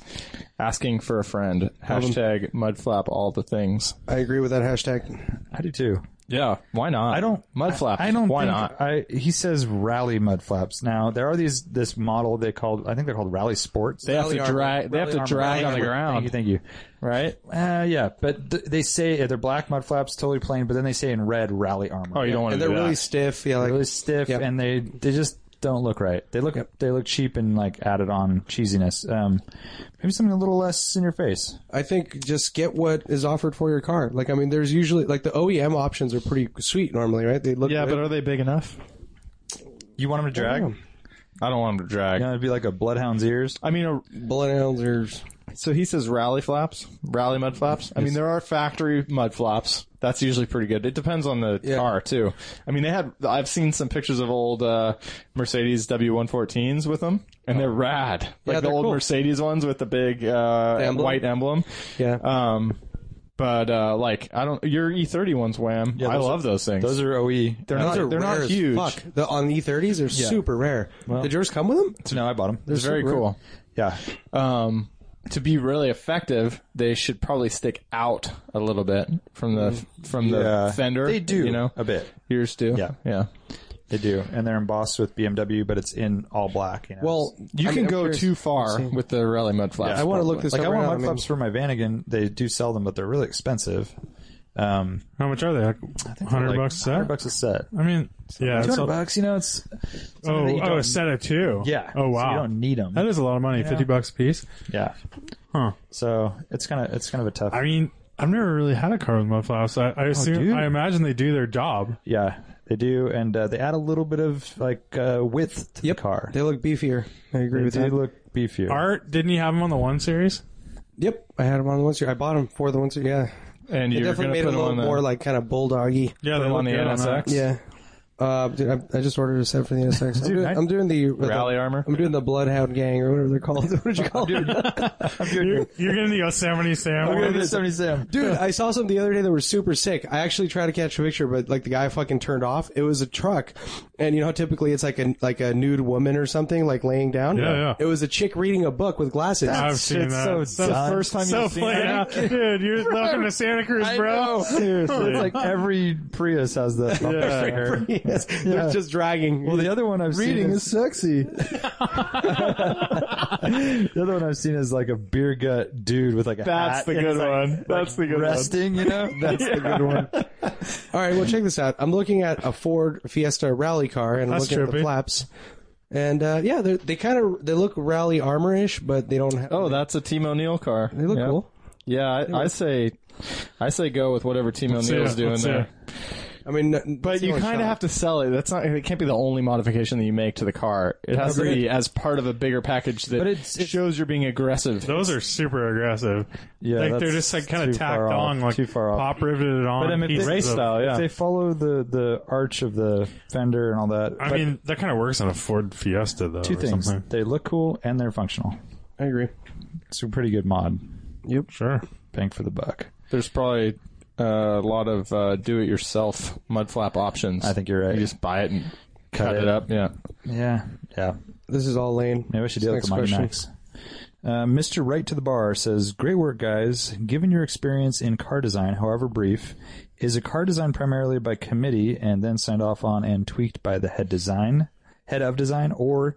C: Asking for a friend. Hashtag mud flap all the things.
B: I agree with that hashtag.
A: I do too.
C: Yeah, why not?
A: I don't
C: mud flaps.
A: I, I don't.
C: Why
A: think-
C: not?
A: I he says rally mud flaps. Now there are these this model they called I think they're called rally sports.
C: They have to
B: Rally armor.
C: drag. They have to
A: Rally
C: drag
A: armor.
C: on the
A: Thank you.
C: ground,
A: Thank you.
C: right?
A: Uh, yeah, but th- they say yeah, they're black mud flaps, totally plain, but then they say in red rally armor.
C: Oh, you don't want
B: And
C: to
B: they're
C: do
B: really
C: that.
B: stiff. Yeah, like
A: really stiff,
B: Yep.
A: and they they just don't look right. They look they look cheap and like added on cheesiness. Um, maybe something a little less in your face.
B: I think just get what is offered for your car. Like I mean, there's usually like the OEM options are pretty sweet normally, right? They look
C: Yeah,
B: good.
C: but are they big enough?
A: You want them to drag? You
C: I don't want them to drag.
A: know, it'd be like a bloodhound's ears.
C: I mean, a,
B: Bloodhounds are
C: So he says rally flaps, rally mud flaps. I mean, there are factory mud flaps. That's usually pretty good. It depends on the
B: Yeah.
C: car too. I mean, they had. I've seen some pictures of old uh, Mercedes W114s with them, and they're rad. Like
B: Oh. Yeah,
C: the
B: they're
C: old
B: cool.
C: Mercedes ones with the big uh,
B: The emblem?
C: white emblem.
B: yeah.
C: Um, but uh, like, I don't. Your E30 ones, wham! I
A: those
C: love those things.
A: Those are E. OE.
C: they're
B: Those
C: not.
B: are
C: they're
B: rare
C: not
B: as
C: huge.
B: Fuck. The, on the E30s, they're super rare. Did yours come with them?
A: no, I bought them.
C: It's very
B: super rare.
C: cool.
A: yeah,
C: um, to be really effective, they should probably stick out a little bit from the from the
A: Yeah.
C: fender.
A: They do
C: you know,
A: a bit.
C: yours do.
A: Yeah.
C: yeah.
A: They do, and they're embossed with BMW, but it's in all black. You know?
B: Well,
C: You
B: I
C: can
B: mean, I'm
C: go
B: curious-
C: too far with the rally mud flaps.
B: I want to look
C: probably.
B: this
A: like
B: up.
A: I
B: right
A: want
B: now.
A: mud
B: mean,
A: flaps for my Vanagon. They do sell them, but they're really expensive. Um,
D: How much are they? Like,
A: they're
D: Hundred
A: like
D: bucks a set.
A: Hundred bucks a set.
D: I mean, yeah.
A: Two
D: it's
A: hundred
D: a-
A: bucks. You know, it's
D: Oh,
A: that you
D: oh,
A: don't-
D: a set of two.
A: yeah.
D: Oh wow.
A: So you don't need them.
D: That is a lot of money. Fifty bucks a piece.
A: yeah.
D: Huh.
A: So it's kind of it's kind of a tough.
D: I mean, I've never really had a car with mudflaps. I, I assume,
A: Oh, dude.
D: I imagine they do their job.
A: Yeah, they do, and uh, they add a little bit of like uh, width to
B: Yep.
A: the car.
B: They look beefier. I agree
A: They,
B: with
A: they
B: that.
A: look beefier.
D: Art didn't he have them on the one series?
B: Yep, I had them on the once year. I bought them for the once year. Yeah,
C: and
B: it
C: you're
B: definitely
C: gonna
B: made it
C: put
B: a
C: them
B: little
C: on the,
B: more like kind of bulldoggy.
D: Yeah,
C: put
D: they
C: them
D: look
C: on the
D: good on
C: NSX.
D: that.
B: Yeah. Uh, dude, I, I just ordered a set for the NSX.
D: <laughs>
B: I'm, doing,
A: I-
B: I'm doing the
C: Rally
B: the-
C: armor?
B: I'm doing the Bloodhound Gang or whatever they're called. <laughs> what did you call it?
D: You're, you're getting the Yosemite Sam.
A: Look at this 77.
B: Dude, I saw some the other day that were super sick. I actually tried to catch a picture, but like the guy fucking turned off. It was a truck, and you know how typically it's like a like a nude woman or something like laying down.
D: Yeah, yeah.
B: It was a chick reading a book with glasses.
D: I've seen
A: It's
D: that.
A: so
D: That's the
A: dumb.
D: first time
C: So
D: you've seen
C: played
D: it.
C: out.
A: <laughs>
D: Dude, you're welcome to Santa Cruz, bro.
A: Seriously, it's like every Prius has that.
D: Yeah.
B: <laughs> yes, they're just dragging.
A: Well, the other one I've seen is,
C: sexy.
A: <laughs> the other one I've seen is like a beer gut dude with like a
C: That's
A: hat
C: the
A: and
C: good
A: it's, like,
C: one. That's the good
A: resting. You <laughs> know, that's the good one.
B: All right, well check this out. I'm looking at a Ford Fiesta rally car, and I'm
D: That's
B: looking at the
D: trippy.
B: flaps. And uh, yeah, they're, they kind of they look rally armor-ish, but they don't have.
C: one. <laughs> Oh, that's a Team O'Neill car.
B: they look
C: yeah.
B: cool.
C: Yeah, I, I say, I say go with whatever Team
D: see
C: O'Neill's
D: it.
C: doing
D: Let's see
C: there.
D: it.
B: I mean, n-
C: But
B: it's
C: you
B: not a
C: kind
B: shot.
C: of have to sell it. That's not. It can't be the only modification that you make to the car. It has to be as part of a bigger package that
A: But it's- it's-
C: shows you're being aggressive.
D: Those are super aggressive.
A: Yeah,
D: like they're
A: that's
D: just like kind
A: too
D: of tacked
A: far off.
D: on, like
A: Too far off.
D: pop riveted on.
C: But I mean,
D: pieces
C: race
D: of-
C: style, yeah.
A: They follow the the arch of the fender and all that.
D: I
A: but
D: mean, that kind of works on a Ford Fiesta though.
A: two
D: or
A: things:
D: Something.
A: they look cool and they're functional.
B: I agree.
A: It's a pretty good mod.
D: Sure.
A: Bang for the buck.
C: There's probably uh, a lot of uh, do-it-yourself mud flap options.
A: I think you're right.
C: You just buy it and
A: Cut
C: cut, it.
A: it.
C: up. Yeah.
A: Yeah, yeah.
B: This is all Lane.
A: Maybe I should deal with
B: Next
A: the Mighty
B: question.
A: Max. Uh, Mr. Right to the Bar says, Great work, guys. Given your experience in car design, however brief, is a car designed primarily by committee and then signed off on and tweaked by the head design, head of design, or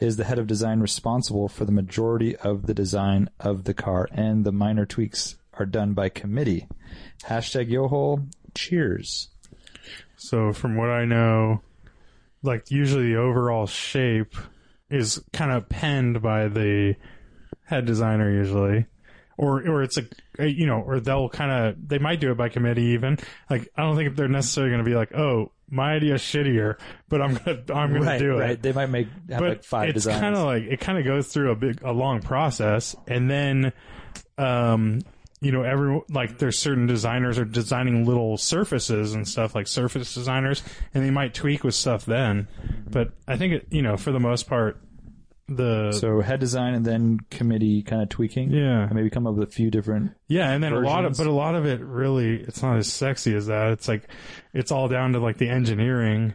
A: is the head of design responsible for the majority of the design of the car and the minor tweaks are done by committee? Hashtag YoHole, cheers.
D: So from what I know, like usually the overall shape is kind of penned by the head designer usually. Or, or it's a, a- you know, or they'll kind of, they might do it by committee even. Like, I don't think they're necessarily going to be like, oh, my idea's shittier, but I'm going to, I'm going to do it.
A: They might make have
D: But
A: like five
D: it's
A: designs.
D: kind of like, it kind of goes through a big, a long process and then, um, you know, every like there's certain designers are designing little surfaces and stuff like surface designers, and they might tweak with stuff then. But I think it, you know, for the most part, the
A: So head design and then committee kind of tweaking.
D: Yeah.
A: And maybe come up with a few different.
D: Yeah, and then a lot of
A: versions.
D: but a lot of it really it's not as sexy as that. It's like it's all down to like the engineering,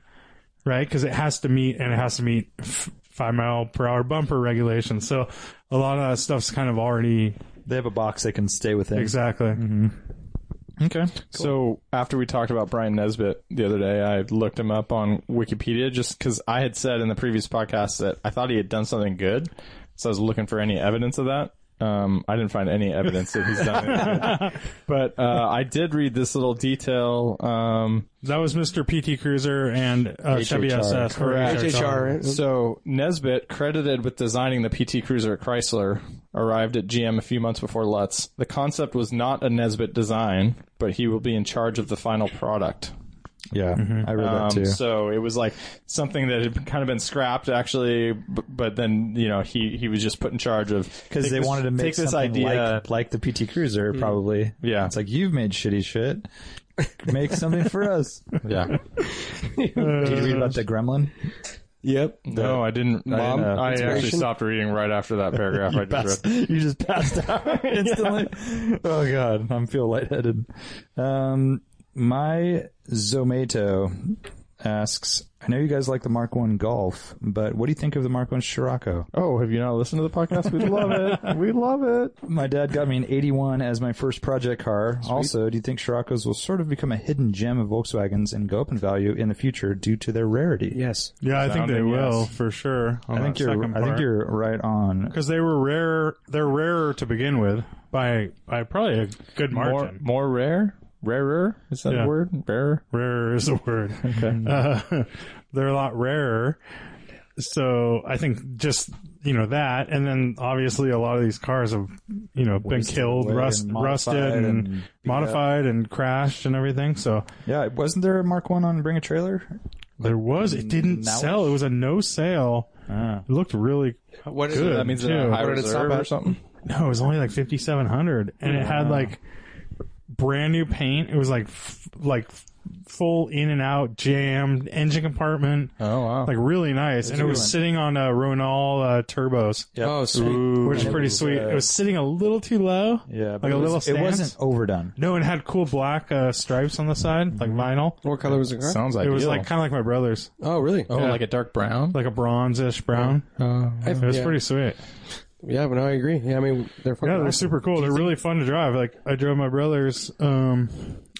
D: right? Because it has to meet and it has to meet f- five mile per hour bumper regulations. So a lot of that stuff's kind of already
A: They have a box they can stay within.
D: exactly.
A: Okay.
C: So after we talked about Brian Nesbitt the other day, I looked him up on Wikipedia just because I had said in the previous podcast that I thought he had done something good, so I was looking for any evidence of that. Um, I didn't find any evidence that he's done anything good. But uh, I did read this little detail. Um,
D: That was Mr. PT Cruiser and uh, Chevy
A: HHR.
D: SS. or
C: Correct.
B: HHR, right?
C: So Nesbitt, credited with designing the PT Cruiser at Chrysler, arrived at GM a few months before Lutz. The concept was not a Nesbitt design, but he will be in charge of the final product.
A: Yeah. I read that
C: Um,
A: too.
C: so it was like something that had kind of been scrapped actually, but, but then you know he he was just put in charge of
A: because
C: take
A: they
C: this-
A: wanted to make
C: take this
A: something
C: idea. Mm.
A: like, like the PT Cruiser, probably.
C: Yeah.
A: it's like you've made shitty shit. Make something for us.
C: <laughs> yeah. Uh,
A: Did you read about the Gremlin?
B: Yep.
C: No, I didn't. I,
B: Mom
C: didn't- I actually
B: inspiration?
C: stopped reading right after <laughs> that paragraph. I just
A: Passed-
C: read.
A: you just passed <laughs> out instantly. Oh god, I'm feel lightheaded. Um, my Zomato asks, I know you guys like the Mark One Golf, but what do you think of the Mark One Scirocco?
C: Oh, have you not listened to the podcast? We love <laughs> it. We love it.
A: My dad got me an 81 as my first project car. Also, do you think Scirocco's will sort of become a hidden gem of Volkswagens and go up in value in the future due to their rarity?
B: Yes.
D: Yeah, I think they
C: Sounding
D: will
C: yes.
D: for sure.
A: I think you're. I think you're right on.
D: because they were rare. They're rarer to begin with by by probably a good
C: More,
D: margin.
C: more rare, rarer. Is that
D: Yeah.
C: a word? Rarer.
D: Rarer is a
A: <laughs>
D: word. Uh, <laughs> they're a lot rarer. So I think just, you know, that. And then obviously a lot of these cars have, you know, been
A: Wasted
D: killed,
A: away
D: rust,
A: and
D: rusted
A: modified
D: and,
A: and-
D: modified and crashed and everything. So
A: Yeah, wasn't there a Mark One on Bring a Trailer?
D: there was, it didn't
A: Now- Ah.
D: sell. It was a no sale. It looked really,
B: What is
D: Good.
C: That means they're
D: too.
C: high
B: What did it stop
C: reserve or
B: at?
C: something.
D: no, it was only like 5,700 and it
A: Ah.
D: had like brand new paint. It was like, f- like f- full in and out jammed engine compartment.
C: Oh wow.
D: like really nice, and it was
A: one.
D: sitting on uh, Ronal uh, turbos,
A: Yeah.
B: Oh, sweet.
D: which is pretty
A: was,
D: sweet.
A: uh,
D: it was sitting a little too low.
A: Yeah,
D: like a little.
A: it
D: stance.
A: wasn't overdone.
D: No, it had cool black uh, stripes on the side, like vinyl.
B: What color was it? Grant?
C: Sounds
D: It
C: ideal.
D: was like kind of like my brother's,
B: Oh, really?
C: oh, like a dark brown.
D: like a bronzish brown.
C: Uh,
B: I-
D: It was
B: yeah.
D: pretty sweet.
B: Yeah, but no, I agree. Yeah, I mean they're fucking.
D: Yeah, they're
B: awesome.
D: super cool. They're really fun to drive. Like I drove my brother's um,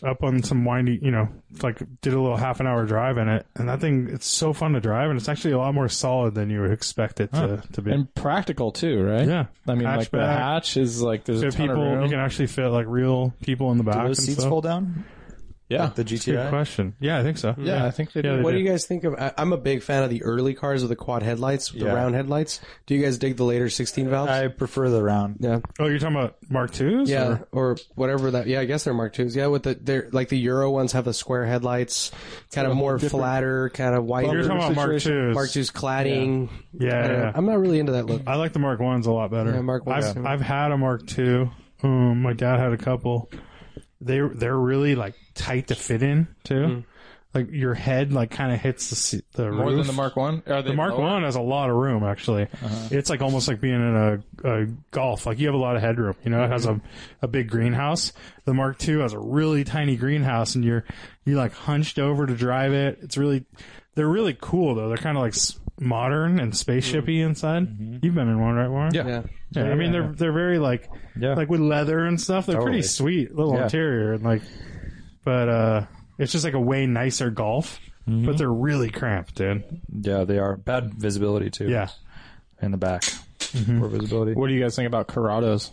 D: up on some windy, you know, like did a little half an hour drive in it, and that thing it's so fun to drive, and it's actually a lot more solid than you would expect it to, to be.
C: and practical too, right?
D: Yeah.
C: I mean, like the
D: Hatchback.
C: hatch is like there's a
D: fit
C: ton of
D: people.
C: room.
D: You can actually fit like real people in the back.
A: Did
D: and
A: those seats
D: stuff.
A: fold down?
C: yeah.
A: The
D: Good
A: GTI.
D: question. Yeah, I think so.
C: yeah, I think they
D: Yeah,
C: do.
D: they
B: What do you guys think of? I, I'm a big fan of the early cars with the quad headlights, with
A: Yeah.
B: the round headlights. Do you guys dig the later 16 valves?
A: I prefer the round.
B: yeah,
D: Oh, you're talking about Mark Twos?
B: yeah, or whatever that. Yeah, I guess they're Mark IIs. Yeah, with the they're like the Euro ones have the square headlights, kind of more flatter, kind of wider.
D: You're talking about Mark Twos.
B: Mark II's cladding.
D: Yeah,
B: I don't know.
D: yeah.
B: I'm not really into that look.
D: I like the Mark Ones a lot better.
B: Yeah, Mark Ones,
D: I've,
B: yeah.
D: I've had a Mark Two. Um, my dad had a couple. They they're really like tight to fit in too. Like your head like kind of hits the se- the
C: more
D: roof.
C: than the Mark One. Are they
D: The Mark
C: lower?
D: One has a lot of room, actually.
A: Uh-huh.
D: It's like almost like being in a, a golf. Like you have a lot of headroom. You know, it has a a big greenhouse. The Mark Two has a really tiny greenhouse, and you're you like hunched over to drive it. It's really they're really cool though. They're kind of like s- modern and spaceshipy
A: Mm-hmm.
D: inside. You've been in one, right, Warren?
C: Yeah.
B: yeah,
D: Yeah, I mean, they're they're very like
A: Yeah.
D: like with leather and stuff. They're
A: Totally.
D: pretty sweet little
A: Yeah.
D: interior and like, but uh, it's just like a way nicer golf.
A: Mm-hmm.
D: But they're really cramped, dude.
A: Yeah, they are bad visibility too.
D: Yeah. Mm-hmm.
A: in the back, poor visibility.
C: What do you guys think about Corrados?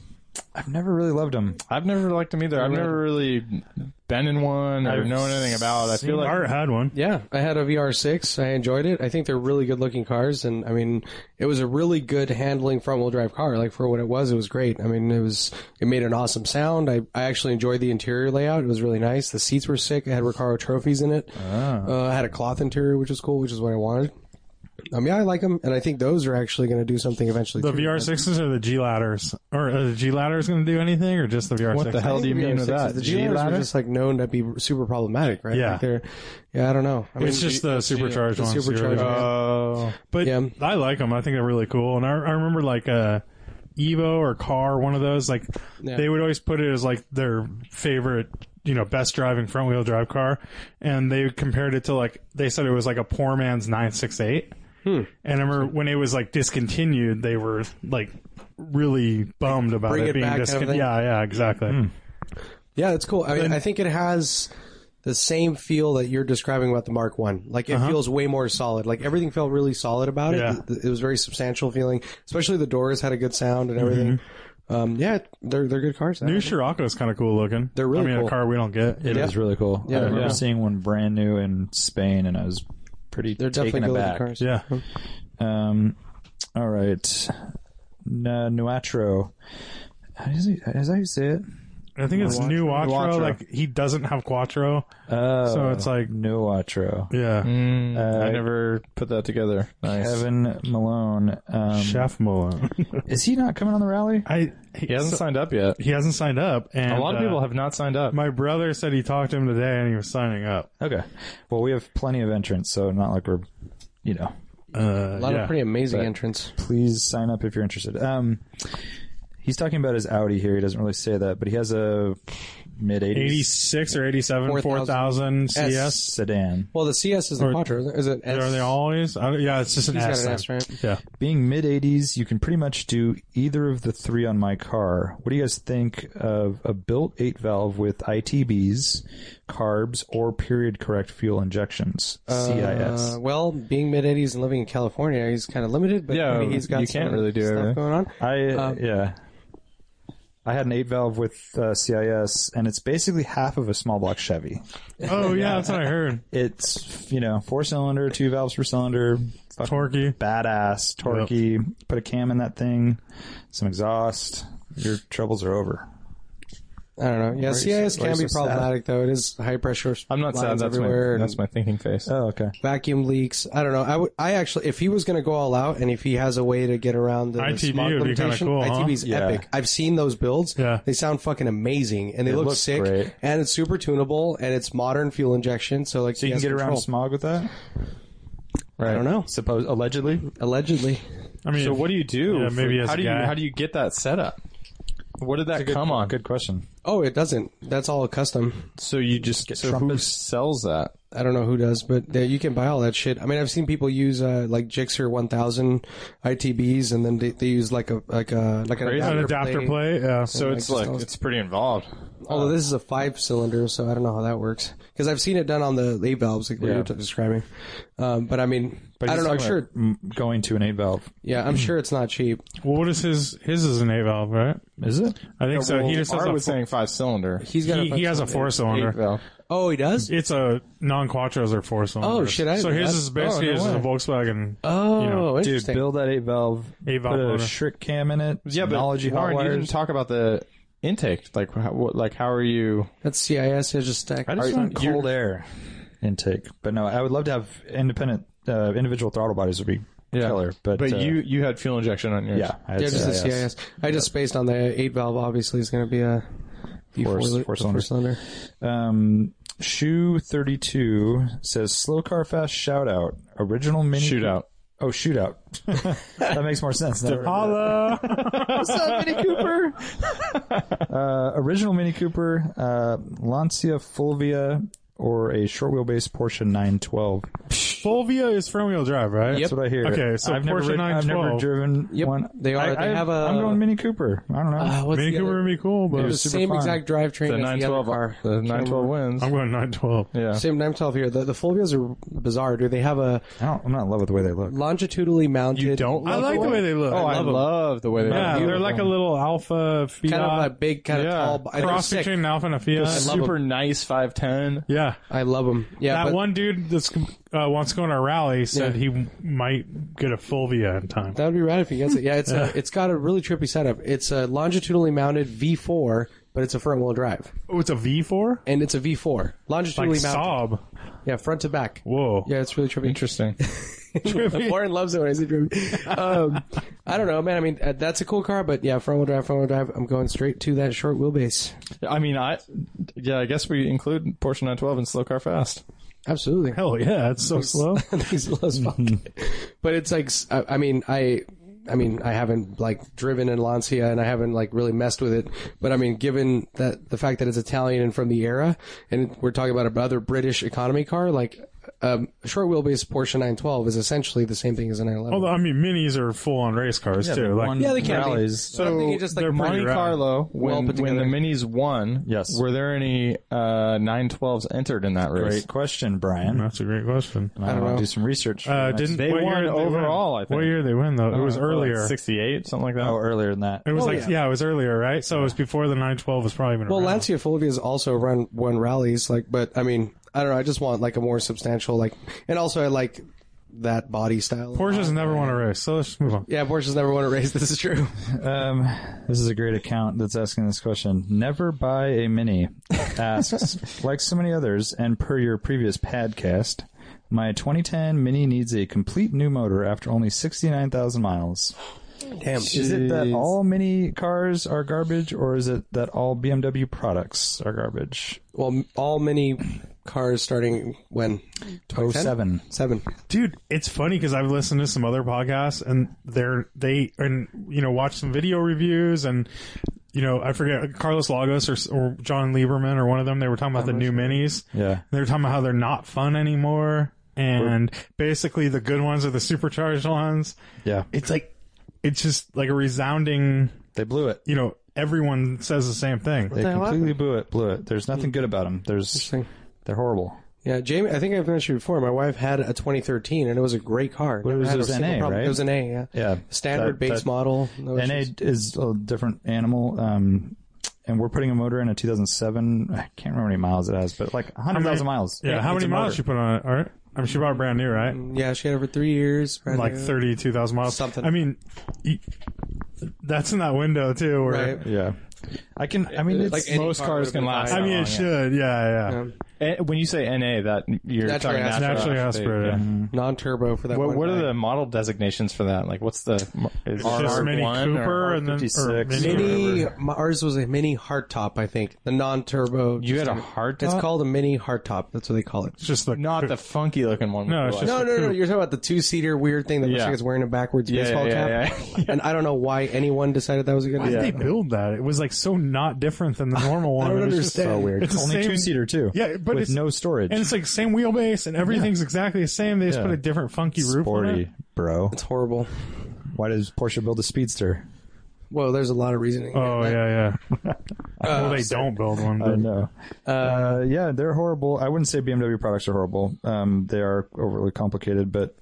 A: I've never really loved them.
C: I've never liked them either. I've never really been in one or
A: I've
C: known anything about. I feel like
D: Art had one.
B: Yeah, I had a VR6. I enjoyed it. I think they're really good looking cars, and I mean, it was a really good handling front wheel drive car. Like for what it was, it was great. I mean, it was it made an awesome sound. I, I actually enjoyed the interior layout. It was really nice. The seats were sick. It had Recaro trophies in it. Uh, I had a cloth interior, which was cool, which is what I wanted. Um, yeah, I like them, and I think those are actually going to do something eventually.
D: The
B: too.
D: VR6s or the G ladders? Or are the G ladders going to do anything or just the VR6?
C: What the hell do you mean with that?
B: The G ladders are just like known to be super problematic, right?
D: Yeah.
B: Like they're, yeah, I don't know. I
D: It's just the supercharged
B: the
D: ones. you're
B: supercharged
D: right.
B: ones.
C: Oh,
D: But
B: Yeah.
D: I like them. I think they're really cool. And I, I remember like uh, Evo or Car, one of those. Like
B: Yeah.
D: they would always put it as like their favorite, you know, best driving front wheel drive car, and they compared it to like they said it was like a poor man's nine six eight.
B: Hmm.
D: And I remember when it was like discontinued, they were like really bummed about
B: Bring
D: it,
B: it
D: being
B: back kind of
D: discontinued.
B: thing?
D: yeah, yeah, exactly.
B: Yeah, it's cool. I mean, I think it has the same feel that you're describing about the Mark One. Like it feels way more solid. Like everything felt really solid about it.
D: Yeah.
B: It, it was very substantial feeling. Especially the doors had a good sound and everything. Um, yeah, they're they're good cars.
D: New Scirocco is kind of cool looking.
B: They're really
D: I mean,
B: cool.
D: a car we don't get.
A: It is
B: Yeah.
A: really cool.
B: Yeah,
A: I remember
B: yeah.
A: seeing one brand new in Spain, and I was pretty
B: they're
A: taken
B: definitely good looking
A: aback.
B: cars.
D: Yeah.
A: Um, all right, Na- Nuatro. How does he? Is that how you say it?
D: I think it's New Quattro.
C: Nuatro.
D: Like he doesn't have Quattro. Hmm.
A: Oh,
D: So it's like-
A: Nuatro.
D: Yeah.
C: Mm,
D: Uh,
C: I never put that together. Nice.
A: Kevin Malone. Um,
D: Chef Malone.
A: is he not coming on the rally?
D: <laughs> I he,
C: He hasn't
D: so-
C: signed up yet.
D: he hasn't signed up, and
C: A lot of
D: uh,
C: people have not signed up.
D: My brother said he talked to him today, and he was signing up.
A: Okay. Well, we have plenty of entrants, so not like we're, you know.
B: A
D: Uh,
B: lot
D: yeah.
B: of pretty amazing entrants.
A: Please sign up if you're interested. Um, he's talking about his Audi here. He doesn't really say that, but he has a mid 80s
D: eighty-six or eighty-seven, four
B: 4,000
D: thousand
B: S.
D: CS.
A: sedan.
B: Well, the CS is the
D: Or-
B: Quattro. isn't it? Is it S?
D: Are they always? I don't- yeah, it's just an
B: He's got
D: S.
B: an S,
D: then.
B: right?
D: Yeah.
B: <laughs>
A: Being mid 80s, you can pretty much do either of the three on my car. What do you guys think of a built 8 valve with ITBs, carbs, or period correct fuel injections? CIS.
B: Uh, well, being mid 80s and living in California, he's kind of limited, but
C: Yeah,
B: I mean, he's got
C: you
B: some
C: can't really do eh?
B: stuff
C: everything.
B: going on.
A: I yeah. I had an eight valve with uh, CIS, and it's basically half of a small block Chevy.
D: Oh yeah, that's what
B: <laughs>
D: I heard.
A: It's you know four cylinder, two valves per cylinder, fucking
D: Torquey.
A: badass, torquey. Put a cam in that thing, some exhaust. Your troubles are over.
B: I don't know. Yeah,
A: you-
B: CIS
A: why are you
B: can be
A: so sad?
B: problematic, though. It is high pressure.
C: I'm not sad.
B: lines
C: That's
B: everywhere
C: my
B: and-
C: that's my thinking face.
D: Uh,
A: Oh okay.
B: vacuum leaks. I don't know. I would. I actually, if he was going to go all out, and if he has a way to get around the
D: ITB
B: smog
D: would be kinda
B: limitation,
D: cool, huh?
B: ITB's
A: Yeah.
B: epic. I've seen those builds.
D: Yeah.
B: they sound fucking amazing, and they look
A: looks
B: sick.
A: great.
B: And it's super tunable, and it's modern fuel injection. So like,
A: So you can get around smog with that.
B: I don't know.
A: Suppose allegedly.
B: Allegedly,
D: I mean,
C: So what do you do?
D: Yeah, maybe
C: for-
D: as
C: how
D: a
C: do you
D: guy.
C: how do you get that set up? What did that come on?
A: Good question.
B: oh, it doesn't. That's all custom.
C: So you just so who
A: trumpets.
C: sells that?
B: I don't know who does, but there, you can buy all that shit. I mean, I've seen people use uh, like Gixxer 1000 ITBs, and then they, they use like a like a like an
D: an adapter play? Yeah.
C: So it's
B: just
C: like
B: sells-
C: it's pretty involved.
B: Although this is a five cylinder, so I don't know how that works because I've seen it done on the eight valves like we were
A: Yeah.
B: t- describing. Um, but I mean, I don't know. I'm sure.
A: Going to an eight valve.
B: Yeah,
D: <clears throat>
B: I'm sure it's not cheap.
D: well, what is his? His is an eight valve, right?
A: Is it?
D: I think so. he just has
C: Art
D: a
C: was
D: four-
C: saying five cylinder.
B: He's got.
D: he,
B: a
D: he has a four cylinder.
B: Oh, he does.
D: It's a non quattros or four cylinder.
B: Oh, shit, I
D: so
B: didn't-
D: his
B: I-
D: is basically
B: oh, no
D: just
B: way.
D: a Volkswagen.
B: Oh,
D: you know,
A: Dude,
B: interesting.
A: build that eight valve.
D: Eight valve
A: Put a
D: motor.
A: Schrick cam in it.
C: Yeah, but
A: Synology hot
C: Warren, you
A: wires.
C: didn't talk about the intake. Like how, what, like how are you?
B: That's CIS. It's just stacked.
A: I just want cold air intake. But no, I would love to have independent, uh, individual throttle bodies would be killer. But,
C: but
A: uh,
C: you you had fuel injection on yours.
A: yeah, uh, I had
B: Yeah, just a
A: CIS.
B: CIS. I just spaced on the eight valve. Obviously, is going to be a V
A: Four-
B: four
A: four
B: cylinder.
A: cylinder.
D: <laughs>
A: Um, Shoe thirty two says slow car fast shout out original mini
C: Shootout.
A: Oh, shootout. <laughs> that makes more sense. Never-
D: Holla!
A: Mini Cooper. uh, original Mini Cooper, uh, Lancia Fulvia, or a short wheelbase Porsche 912.
D: Fulvia is front wheel drive, right?
A: That's what I hear.
D: Okay, so
A: I've never
D: Porsche
A: rid- I've never
D: 912.
A: driven
B: Yep,
A: one.
B: they are.
A: I,
B: They
A: I,
B: have a-
A: I'm going Mini Cooper. I don't know.
B: Uh, what's
D: Mini
B: the
D: Cooper
B: other-
D: would be cool, but
B: the
A: super
B: same
A: fun.
B: exact drivetrain
C: The
B: as
C: nine
B: the other
C: twelve.
B: car.
C: The nine twelve wins.
D: I'm going 912.
C: yeah.
B: Same nine twelve here. The the Fulvias are bizarre. Do they have a
A: I don't, I'm not in love with the way they look.
B: longitudinally mounted? You
C: don't
D: I like the way they look.
C: Oh, I love, the way they
D: yeah,
C: look.
D: they're like a little alpha Fiat.
B: kind of a big kind
C: Yeah.
B: of tall. I think it's
D: cross
B: sick.
D: between an alpha and a Fiat.
C: super nice five ten.
D: yeah.
B: I love them. Yeah,
D: That
B: but
D: one dude that's uh, wants to go on a rally said he might get a Fulvia in time.
B: that would be rad if he gets it. Yeah, it's a, it's got a really trippy setup. It's a longitudinally mounted V4, but it's a front wheel drive,
D: oh, it's a V4?
B: and it's a V4
D: Like
B: longitudinally mounted.
D: Saab.
B: Yeah, front to back.
D: Whoa.
B: Yeah, it's really trippy.
C: Interesting.
B: Warren loves it when I say Driven. Um, I don't know, man. I mean, uh, that's a cool car, but yeah, front wheel drive, front wheel drive. I'm going straight to that short wheelbase.
C: <laughs> I mean, I yeah, I guess we include Porsche 912 and slow car fast.
B: Absolutely.
D: Hell yeah, it's so slow.
B: <laughs> These blows fuck. But it's like, s- I, I mean, I, I mean, I haven't like driven in Lancia and I haven't like really messed with it. But I mean, given that the fact that it's Italian and from the era, and we're talking about another British economy car, like um, a short wheelbase Porsche 912 is essentially the same thing as a 911.
D: Although I mean, minis are full on race cars too. Like
A: One
B: Yeah, they can be.
A: rallies.
B: So I'm thinking just like
D: they're
B: Monte
D: pretty rad.
C: Carlo, when,
B: put
C: when the
B: together.
C: minis won,
A: Yes.
C: were there any uh, 912s entered in that race?
A: Great question, Brian.
D: that's a great question.
A: I
B: don't
A: want
B: know.
A: to do some research. for
D: Uh,
A: the next-
D: didn't
C: They
D: what
C: won
D: year did they win?
C: overall, I think.
D: What year did they win though? It was
C: Uh,
D: earlier.
C: like 68, something like that.
A: Oh, earlier than that.
D: it was
B: Oh,
D: like
B: yeah.
D: yeah. it was earlier, right? So it was before the 912 was probably been
B: Well,
D: around.
B: Lancia Fulvia's also run won rallies, like, but I mean, I don't know. I just want like a more substantial, like, and also I like that body style. Uh,
D: Porsche's never won a race, so let's move on.
B: Yeah, Porsche's never won a race. <laughs> This is true.
A: Um, this is a great account that's asking this question. Never buy a mini.
B: <laughs>
A: Asks, like so many others, and per your previous podcast, my 2010 mini needs a complete new motor after only 69,000 miles.
B: Damn.
A: Is it that
C: Jeez.
A: all mini cars are garbage, or is it that all BMW products are garbage?
B: Well, m- all mini cars starting when
A: 07.
B: seven.
D: Dude, it's funny because I've listened to some other podcasts and they're they and you know watched some video reviews and you know I forget Carlos Lagos or, or John Lieberman or one of them they were talking about the new minis.
A: Yeah.
D: they were talking about how they're not fun anymore and basically the good ones are the supercharged ones.
A: Yeah.
D: It's like it's just like a resounding.
A: They blew it.
D: You know, everyone says the same thing.
A: They
B: the hell
A: completely blew it. Blew it. There's nothing good about them. There's,
B: Hmm. Interesting.
A: they're horrible.
B: Yeah, Jamie. I think I've mentioned before. My wife had a 2013, and it was a great car. Never
A: was-
B: had
A: it
B: a
A: was
B: single
A: NA,
B: problem.
A: right?
B: It was an A. Yeah.
A: Yeah.
B: Standard
A: That-
B: base
A: that-
B: model. No
A: NA
B: issues.
A: is a different animal. Um, and we're putting a motor in a 2007. I can't remember how many miles it has, but like 100,000 miles.
D: Yeah, how
A: It's
D: many
A: a
D: miles
A: motor.
D: you put on it? All right, I mean she bought it brand new, right?
B: Yeah, she had it for three years. brand
D: like
B: new.
D: thirty-two thousand miles.
B: Mm, Something.
D: I mean, y- that's in that window too. Where
B: Right.
A: Yeah. I can, I mean, it's,
B: Like
A: like,
B: any
C: most
B: car
C: cars
B: would've been
C: can last.
D: I
B: fine.
C: that
D: mean,
C: long,
D: it should. Yeah, yeah.
B: Um,
C: yeah. Eh, When you say NA, that
B: Naturally
C: you're
B: Mm-hmm.
C: talking natural
D: Naturally aspirated.
C: yeah.
B: non-turbo for that.
C: What,
B: one
C: what
B: guy.
C: are the model designations for that? Like, what's the is
D: It's just
C: R1
D: Mini
C: or
D: Cooper and then or
A: 56.
D: Mini.
B: mini? my- Ours was a mini hardtop, I think. The non-turbo.
C: You had a hard
B: It's
C: top?
B: called a mini hardtop. That's what they call it.
D: It's just like
C: not the funky looking one.
D: No, it's
C: Like-
B: No,
D: just-
B: no, no. You're talking about the two-seater weird thing that looks
C: Yeah.
B: like it's wearing a backwards
C: Yeah,
B: baseball
C: yeah,
B: cap. <laughs> And I don't know why anyone decided that was a good
D: How did
B: idea.
D: they build that? It was like so not different
A: <laughs>
D: than the normal one.
B: I don't
D: It was just
B: understand.
A: so weird.
D: It's the
A: only
D: same-
A: two seater too.
D: Yeah, but
A: with
D: it's-
A: no storage.
D: And it's like same wheelbase and everything's exactly the same. They just
A: Yeah.
D: put a different funky roof on it.
A: Sporty, bro.
B: It's horrible.
A: Why does Porsche build a speedster?
B: Well, there's a lot of reasoning.
D: Oh
B: yeah.
D: yeah, yeah.
A: <laughs>
D: well, they don't build one.
A: I
D: But
A: know. Uh, yeah, they're horrible. I wouldn't say BMW products are horrible. Um, they are overly complicated, but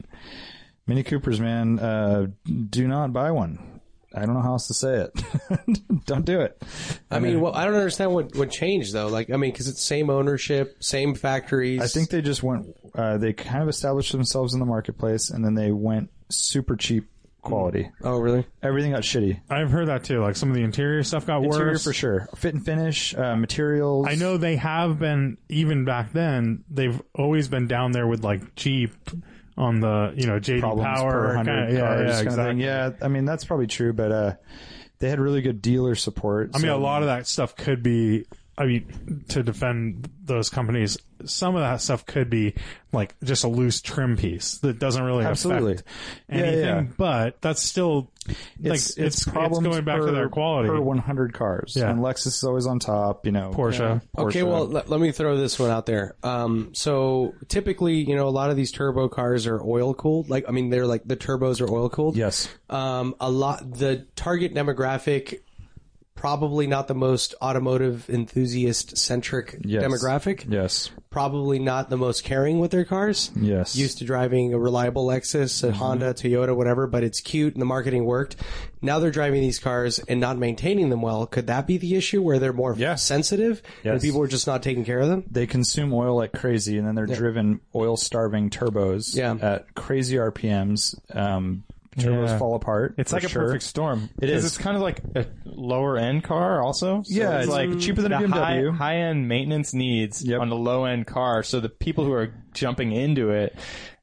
A: Mini Coopers, man, uh, do not buy one. I don't know how else to say it. <laughs> don't do it.
B: I mean, well, I don't understand what what changed though. Like, I mean, because it's same ownership, same factories.
A: I think they just went. Uh, they kind of established themselves in the marketplace, and then they went super cheap quality.
B: Oh, really?
A: Everything got shitty.
D: I've heard that too. Like some of the interior stuff got
A: Interior
D: worse.
A: for sure. Fit and finish, uh, materials.
D: I know they have been even back then. They've always been down there with like Jeep on the you know JD
A: problems
D: Power
A: per hundred
D: kinda-
A: cars,
D: yeah, yeah,
A: kind of thing.
D: exactly.
A: Yeah, I mean that's probably true, but uh, they had really good dealer support.
D: I mean, a lot of that stuff could be. I mean, to defend those companies, some of that stuff could be like just a loose trim piece that doesn't really
A: Absolutely.
D: affect
A: Yeah,
D: anything.
A: yeah.
D: But that's still like it's it's,
A: problems
D: going back
A: per-
D: to their quality.
A: per 100 cars.
D: Yeah.
A: And Lexus is always on top, you know.
D: Porsche.
B: Okay,
A: Porsche.
B: well, let, let me throw this one out there. Um, so typically, you know, a lot of these turbo cars are oil cooled. Like, I mean, they're like the turbos are oil cooled.
A: Yes.
B: Um, a lot the target demographic, probably not the most automotive enthusiast centric
A: Yes.
B: demographic.
A: Yes.
B: Probably not the most caring with their cars.
A: Yes. Mm-hmm.
B: Used to driving a reliable Lexus, a Honda, Toyota, whatever, but it's cute and the marketing worked. Now they're driving these cars and not maintaining them well. Could that be the issue where they're more
A: Yeah.
B: sensitive and
A: Yes.
B: people are just not taking care of them?
A: they consume oil like crazy, and then they're driven oil starving turbos
B: Yeah.
A: at crazy RPMs. Um, turbos
C: Yeah.
A: fall apart.
C: It's
A: for
C: like
A: sure.
C: a perfect storm.
A: It
C: 'Cause
A: is.
C: It's kind of like a lower end car, also. So
A: Yeah, it's
C: like
A: cheaper than a
C: Mm. the
A: BMW.
C: High, high end maintenance needs
A: Yep.
C: on the low end car. So the people who are jumping into it,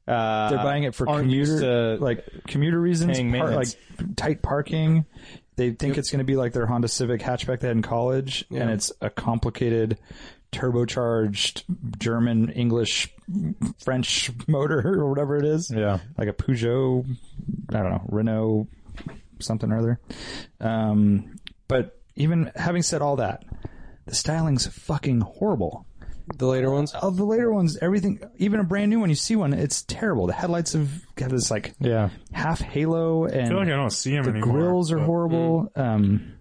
C: Uh,
A: They're buying it for
C: aren't
A: commuter
C: used to-
A: like commuter reasons,
C: paying
A: par- like
C: maintenance.
A: tight parking. They think it's going to be like their Honda Civic hatchback they had in college, and it's a complicated turbocharged German, English, French motor <laughs> or whatever it is.
C: yeah.
A: like a Peugeot, I don't know, Renault, something or other. Um, but even having said all that, the styling's fucking horrible.
B: The later ones.
A: Of the later ones, everything, even a brand new one, you see one, it's terrible. The headlights have got this like
C: Yeah.
A: half halo, and
D: I feel like I don't see him
A: the
D: anymore.
A: grills are
D: but- Mm.
A: horrible. Um,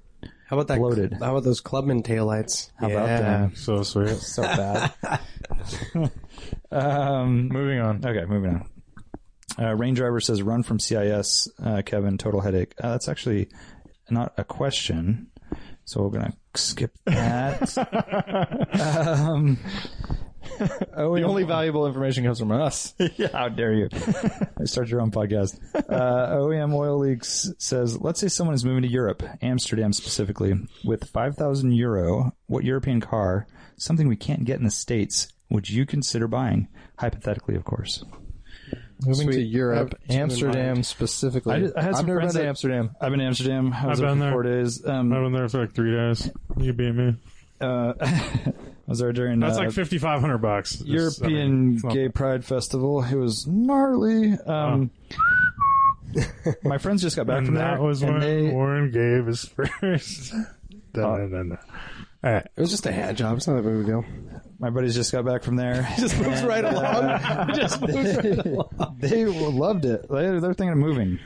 B: How about that?
A: Bloated.
B: How about those clubman taillights?
A: how about that?
D: So sweet.
A: uh, So bad. um,
C: Moving on.
A: Okay, moving on. Uh, Rain Driver says, "Run from CIS, uh, Kevin. Total headache." Uh, that's actually not a question, so we're gonna skip that. um, oh, <laughs>
C: The only valuable information comes from us.
A: yeah, how dare you? <laughs> Start your own podcast. Uh, OEM Oil Leaks says, let's say someone is moving to Europe, Amsterdam specifically, with 5,000 euro. What European car, something we can't get in the States, would you consider buying? Hypothetically, of course.
C: Moving
B: Sweet. Have two in
C: Amsterdam
B: mind.
C: specifically.
A: I did- I had
C: I've
A: some
C: never
A: friends
C: been to
A: that-
C: Amsterdam.
A: I've been to Amsterdam. I was
D: I've been
A: there
D: there.
A: for four days.
D: I've
A: Um,
D: been there for like three days. You beat me.
A: uh, I was there during
D: That's
A: uh,
D: like fifty five hundred bucks. It's- I mean,
A: European
D: it's not-
A: Gay Pride Festival. It was gnarly. Um, <laughs> my friends just got back
D: Oh. And
A: from there,
D: that was
A: and
D: when
A: they-
D: Warren gave his <laughs> first. no, no, no, no. All right.
B: It was just a hand job. It's not that big of a deal.
A: my buddies just got back from there.
B: <laughs> Just moves right along. just moves right along.
A: <laughs> they loved it. They, they're thinking of moving.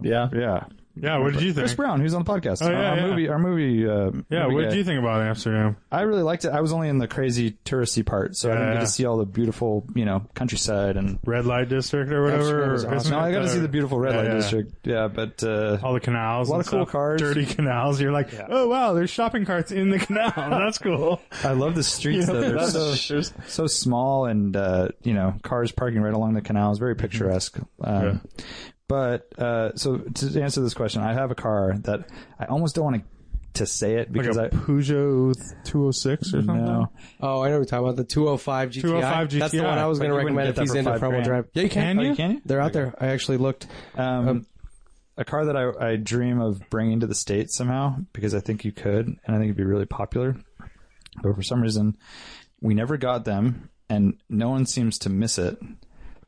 C: Yeah.
A: Yeah.
D: Yeah, what did you
A: Chris
D: think?
A: Brown, who's on the podcast,
D: Oh, yeah,
A: our,
D: yeah.
A: movie, our movie. Uh,
D: Yeah,
A: movie
D: what did
A: guy.
D: you think about Amsterdam?
A: I really liked it. I was only in the crazy touristy part, so I didn't
D: Yeah.
A: get to see all the beautiful, you know, countryside and.
D: Red light district or whatever.
B: Amsterdam is
D: or-
B: awesome.
D: isn't
A: No,
D: it
A: I got to see the beautiful red
D: yeah,
A: light
D: yeah.
A: district. Yeah, but uh,
D: All the canals,
A: A lot
D: and
A: of cool
D: stuff.
A: cars.
D: dirty canals. You're like, oh wow, there's shopping carts in the canal. <laughs> That's cool.
A: I love the
D: <laughs>
A: streets though. They're so,
C: There's-
A: so small and, uh, you know, cars parking right along the canals. Very picturesque.
D: Mm-hmm.
A: Um, But, uh, so to answer this question, I have a car that I almost don't want to to say it
D: Like
A: because
D: a
A: I.
D: Peugeot 206 or something.
A: No.
B: <laughs> Oh, I know what you're talking about. The 205 GTI.
D: 205
B: That's the
D: GTI.
B: one I was going
A: Like,
B: to
A: you wouldn't
B: recommend
A: get
B: if
A: that
B: he's
A: for
B: into
A: five
B: front wheel
A: grand.
B: drive. Yeah, you can.
D: Can
A: Oh,
D: you?
A: can you?
B: They're out there. I actually looked.
A: Um, a car that I, I dream of bringing to the States somehow because I think you could and I think it'd be really popular. But for some reason, we never got them and no one seems to miss it.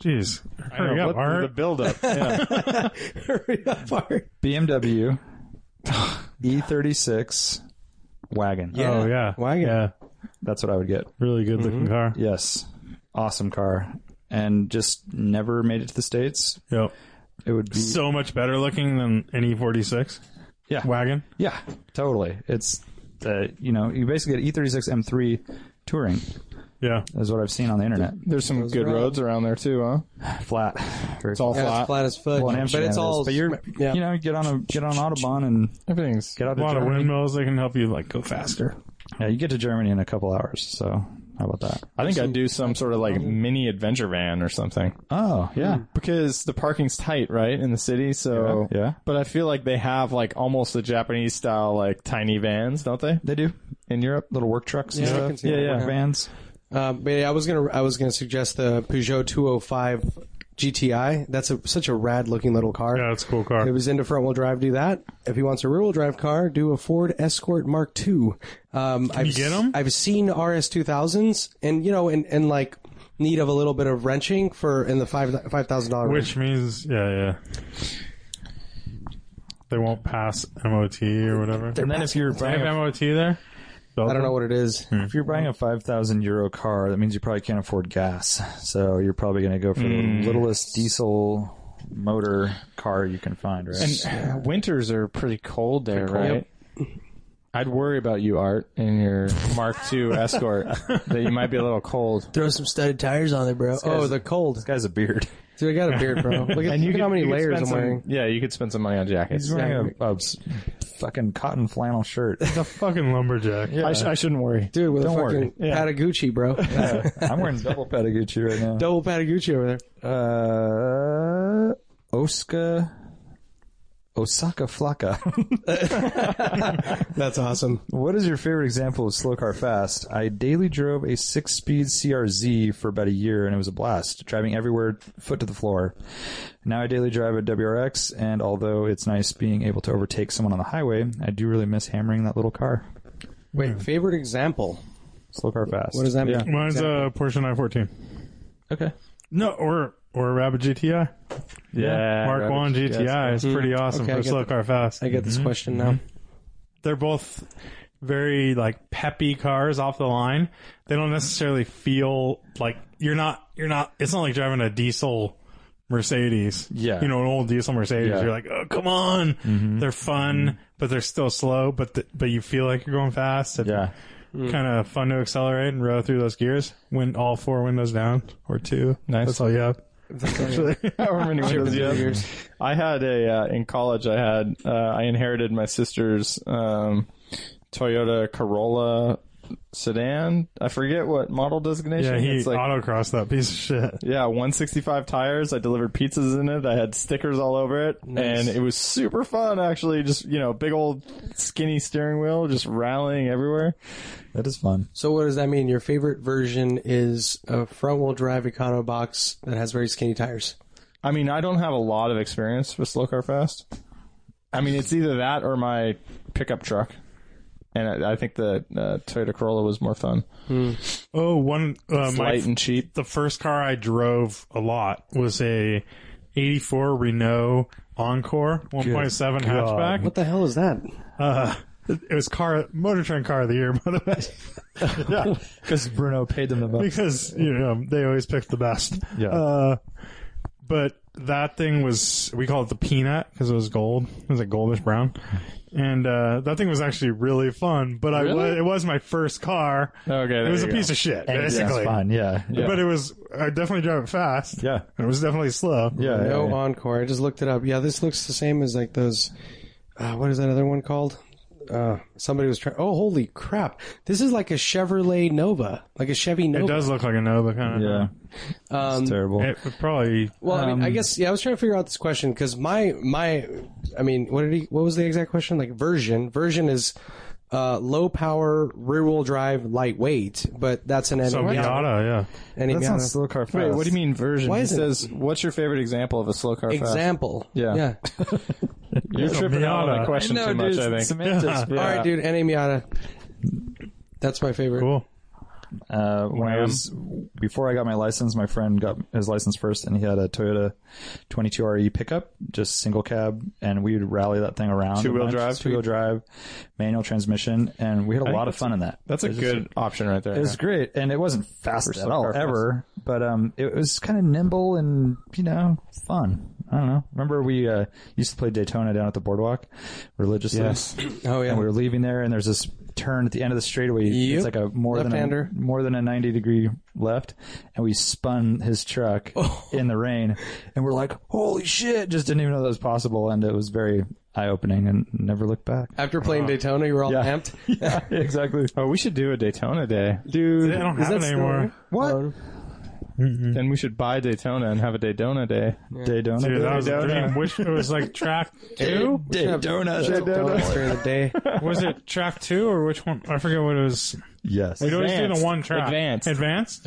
D: Jeez, hurry up,
C: what, the
D: Art.
C: build
B: <laughs>
C: up.
B: Hurry up, Art.
D: <laughs>
A: BMW E36 E wagon.
D: Oh yeah,
B: Wagon.
D: Yeah,
A: That's what I would get.
D: really good
B: Mm-hmm.
D: looking car.
A: Yes. Awesome car. And just never made it to the States.
D: Yep.
A: It would be.
D: So much better looking than any 46
A: yeah.
D: wagon.
A: Yeah. Totally. It's, uh, you know, you basically get E36 M3 touring,
D: Yeah.
A: is what I've seen on the internet.
C: There's some
B: Those
C: good
B: are all-
C: roads around there too, huh?
A: Flat. Very
C: It's all
B: Yeah,
C: flat.
B: it's flat as foot.
A: Well, in
B: but
A: Amsterdam
B: it's
A: it
B: all.
A: is, but you're,
B: yeah.
A: you know, get on a get on Autobahn and
C: Everything's
A: get out of
D: A lot of
A: Germany.
D: windmills. They can help you like go faster.
A: Yeah, you get to Germany in a couple hours. So how about that?
C: I think I'd do some Mm-hmm. sort of like mini adventure van or something.
A: Oh yeah,
C: Ah, Because the parking's tight, right, in the city, so
A: Yeah, yeah.
C: But I feel like they have like almost the Japanese style like tiny vans, don't they?
A: they do
C: In Europe?
A: little work trucks. and
B: Yeah, I
A: stuff.
B: can see
A: yeah,
B: that.
A: yeah,
B: Yeah.
A: vans.
B: Um, but yeah, I was gonna I was gonna suggest the Peugeot 205 GTI. That's a, such a rad looking little car.
D: Yeah, it's a cool car.
B: If he's into front wheel drive, do that. If he wants a rear wheel drive car, do a Ford Escort Mark II. Um, I've,
D: you get 'em?
B: I've seen RS 2000s, and you know, and and like need of a little bit of wrenching for in the five five thousand dollar range.
D: Which means, yeah, yeah. They won't pass MOT or whatever.
A: And then if you're
D: They have
A: buying a,
D: MOT there?
B: I don't know what it is.
D: Hmm.
A: if you're buying a five thousand euro car, that means you probably can't afford gas. So you're probably going to go for
D: Hmm.
A: the littlest diesel motor car you can find, right?
C: <sighs> And winters are uh, pretty cold there, right? I'd worry about you, Art, in your Mark II <laughs> Escort, that you might be a little cold.
B: Throw some studded tires on there, bro. Oh, the cold.
A: this guy's a beard.
B: Dude, I got a beard, bro. Look at,
C: <laughs>
B: look at how many
C: You could
B: layers
C: spend
B: I'm
C: some-
B: wearing.
C: Yeah, you could spend some money on jackets.
A: He's wearing a, a s- fucking cotton flannel shirt.
D: The fucking lumberjack.
C: I, sh- I shouldn't worry.
B: Dude, with
A: Don't
B: a
A: worry.
B: fucking Patagucci, bro.
A: I'm wearing double Patagucci right <laughs> now.
B: Double Patagucci over there.
A: Uh, Oscar Uh, Osaka Flocka.
B: That's awesome.
A: <laughs> what is your favorite example of slow car fast? I daily drove a six speed CRZ for about a year and it was a blast, driving everywhere, foot to the floor. Now I daily drive a WRX, and although it's nice being able to overtake someone on the highway, I do really miss hammering that little car.
B: Wait, favorite example.
A: Slow car fast.
B: What does that mean?
A: Yeah.
D: Mine's a Porsche 914.
A: Okay.
D: No, or or a Rabbit GTI.
C: Yeah, Mm-hmm.
D: Mark One GTI
C: <laughs>
D: is pretty awesome
B: Okay, I
D: for
B: get
D: slow
B: it.
D: car fast.
B: I get this question now.
D: They're both very like peppy cars off the line. They don't necessarily feel like you're not you're not. It's not like driving a diesel Mercedes.
A: Yeah.
D: you know an old diesel Mercedes.
A: Yeah. Mm-hmm.
D: You're like, oh come on. They're fun, but they're still slow. But th- but you feel like you're going fast. and
A: Yeah.
C: Mm.
D: Kind of fun to accelerate and row through those gears when all four windows down or two.
C: Nice.
D: That's all you have.
B: <laughs>
C: However many windows you have. I had a uh, in college. I had uh, I inherited my sister's um, Toyota Corolla sedan. I forget what model designation.
D: Yeah, he
C: it's like
D: autocrossed that piece of shit.
C: yeah, 165 tires. I delivered pizzas in it. I had stickers all over it,
B: Nice.
C: and it was super fun. Actually, just you know, big old skinny steering wheel, just rallying everywhere.
A: That is fun.
B: So what does that mean? Your favorite version is a front-wheel drive econo box that has very skinny tires.
C: I mean, I don't have a lot of experience with slow car fast. I mean, it's either that or my pickup truck, and I, I think the uh, Toyota Corolla was more fun,
D: Oh, one uh,
C: It's
D: my
C: light and cheap.
D: the first car I drove a lot was a '84 Renault Encore 1.7
B: <laughs>
D: hatchback.
B: What the hell is that?
D: Uh, it was car Motor Trend Car of the Year, <laughs> by the way,
A: Because Bruno paid them the most.
D: because you know they always pick the best.
A: Yeah.
D: Uh, but that thing was we call it the peanut because it was gold. It was a goldish brown, and uh, that thing was actually really fun. But I was,
C: Really?
D: it was my first car.
C: Okay, there
D: it was a
C: you go.
D: piece of shit.
A: And it's
D: Basically,
A: fun. Yeah. Yeah.
D: But it was, I definitely drove it fast.
A: Yeah.
D: And it was definitely slow.
A: Yeah.
B: No Encore. I just looked it up. Yeah, this looks the same as like those. Uh, what is that other one called? Uh, somebody was trying. Oh, holy crap! This is like a Chevrolet Nova, like a Chevy
D: It
B: Nova.
D: does look like a Nova kind of.
A: Yeah.
B: Um,
A: It's terrible.
D: It would probably,
B: Well, I mean,
D: Um,
B: I guess yeah. I was trying to figure out this question because my my, I mean, what did he? What was the exact question? Like version. Version is uh, low power, rear wheel drive, lightweight. But that's an
D: so
B: enemy.
D: Miata, yeah.
A: That's not slow car fast.
C: Wait, what do you mean version?
B: Why
C: he
B: isn't-
C: says, "What's your favorite example of a slow car?" Fast?
B: Example.
C: Yeah.
B: Yeah.
C: You're tripping out on
D: Miata.
C: that question
A: No,
C: too much.
A: dude,
C: I think.
A: semantics, <laughs> bro.
B: All right, dude. NA Miata. That's my favorite.
D: Cool.
A: Uh, when I
D: Wham.
A: was before I got my license, my friend got his license first, and he had a Toyota 22RE pickup, just single cab, and we would rally that thing around.
C: Two-wheel drive?
A: two wheel drive, manual transmission, and we had a lot of fun in that.
C: That's a
A: It was
C: good
A: just-
C: option right there.
A: It
C: <laughs>
A: was great, and it wasn't fast at
C: slow
A: all
C: car fast.
A: ever, but um, it was kind of nimble and you know fun. I don't know. Remember we uh, used to play Daytona down at the boardwalk religiously. <clears throat>
C: Yes.
B: Oh yeah.
A: And we were leaving there, and there's this turn at the end of the straightaway.
B: Yep.
A: It's like a more than
B: Left-hander.
A: a, more than a 90 degree left, and we spun his truck
B: Oh.
A: in the rain, and we're like, "Holy shit!" Just didn't even know that was possible, and it was very eye opening, and never looked back.
B: After
D: Uh-huh.
B: playing Daytona, you were all
A: Yeah. <laughs>
B: amped.
A: yeah, exactly.
C: Oh, we should do a Daytona day,
D: They
C: dude.
D: don't
B: Is
D: have
B: that
D: it
B: still-
D: anymore.
A: What?
C: Then we should buy Daytona and have a Daytona day.
A: Daytona.
D: Dude, that was a
C: Daytona.
D: dream. Wish it was like track
A: Two?
D: two.
A: Daytona.
B: Donuts during the day.
D: was it track two or which one? I forget what it was.
A: Yes.
D: We'd always do the
C: Advanced.
D: one track.
C: Advanced.
D: Advanced?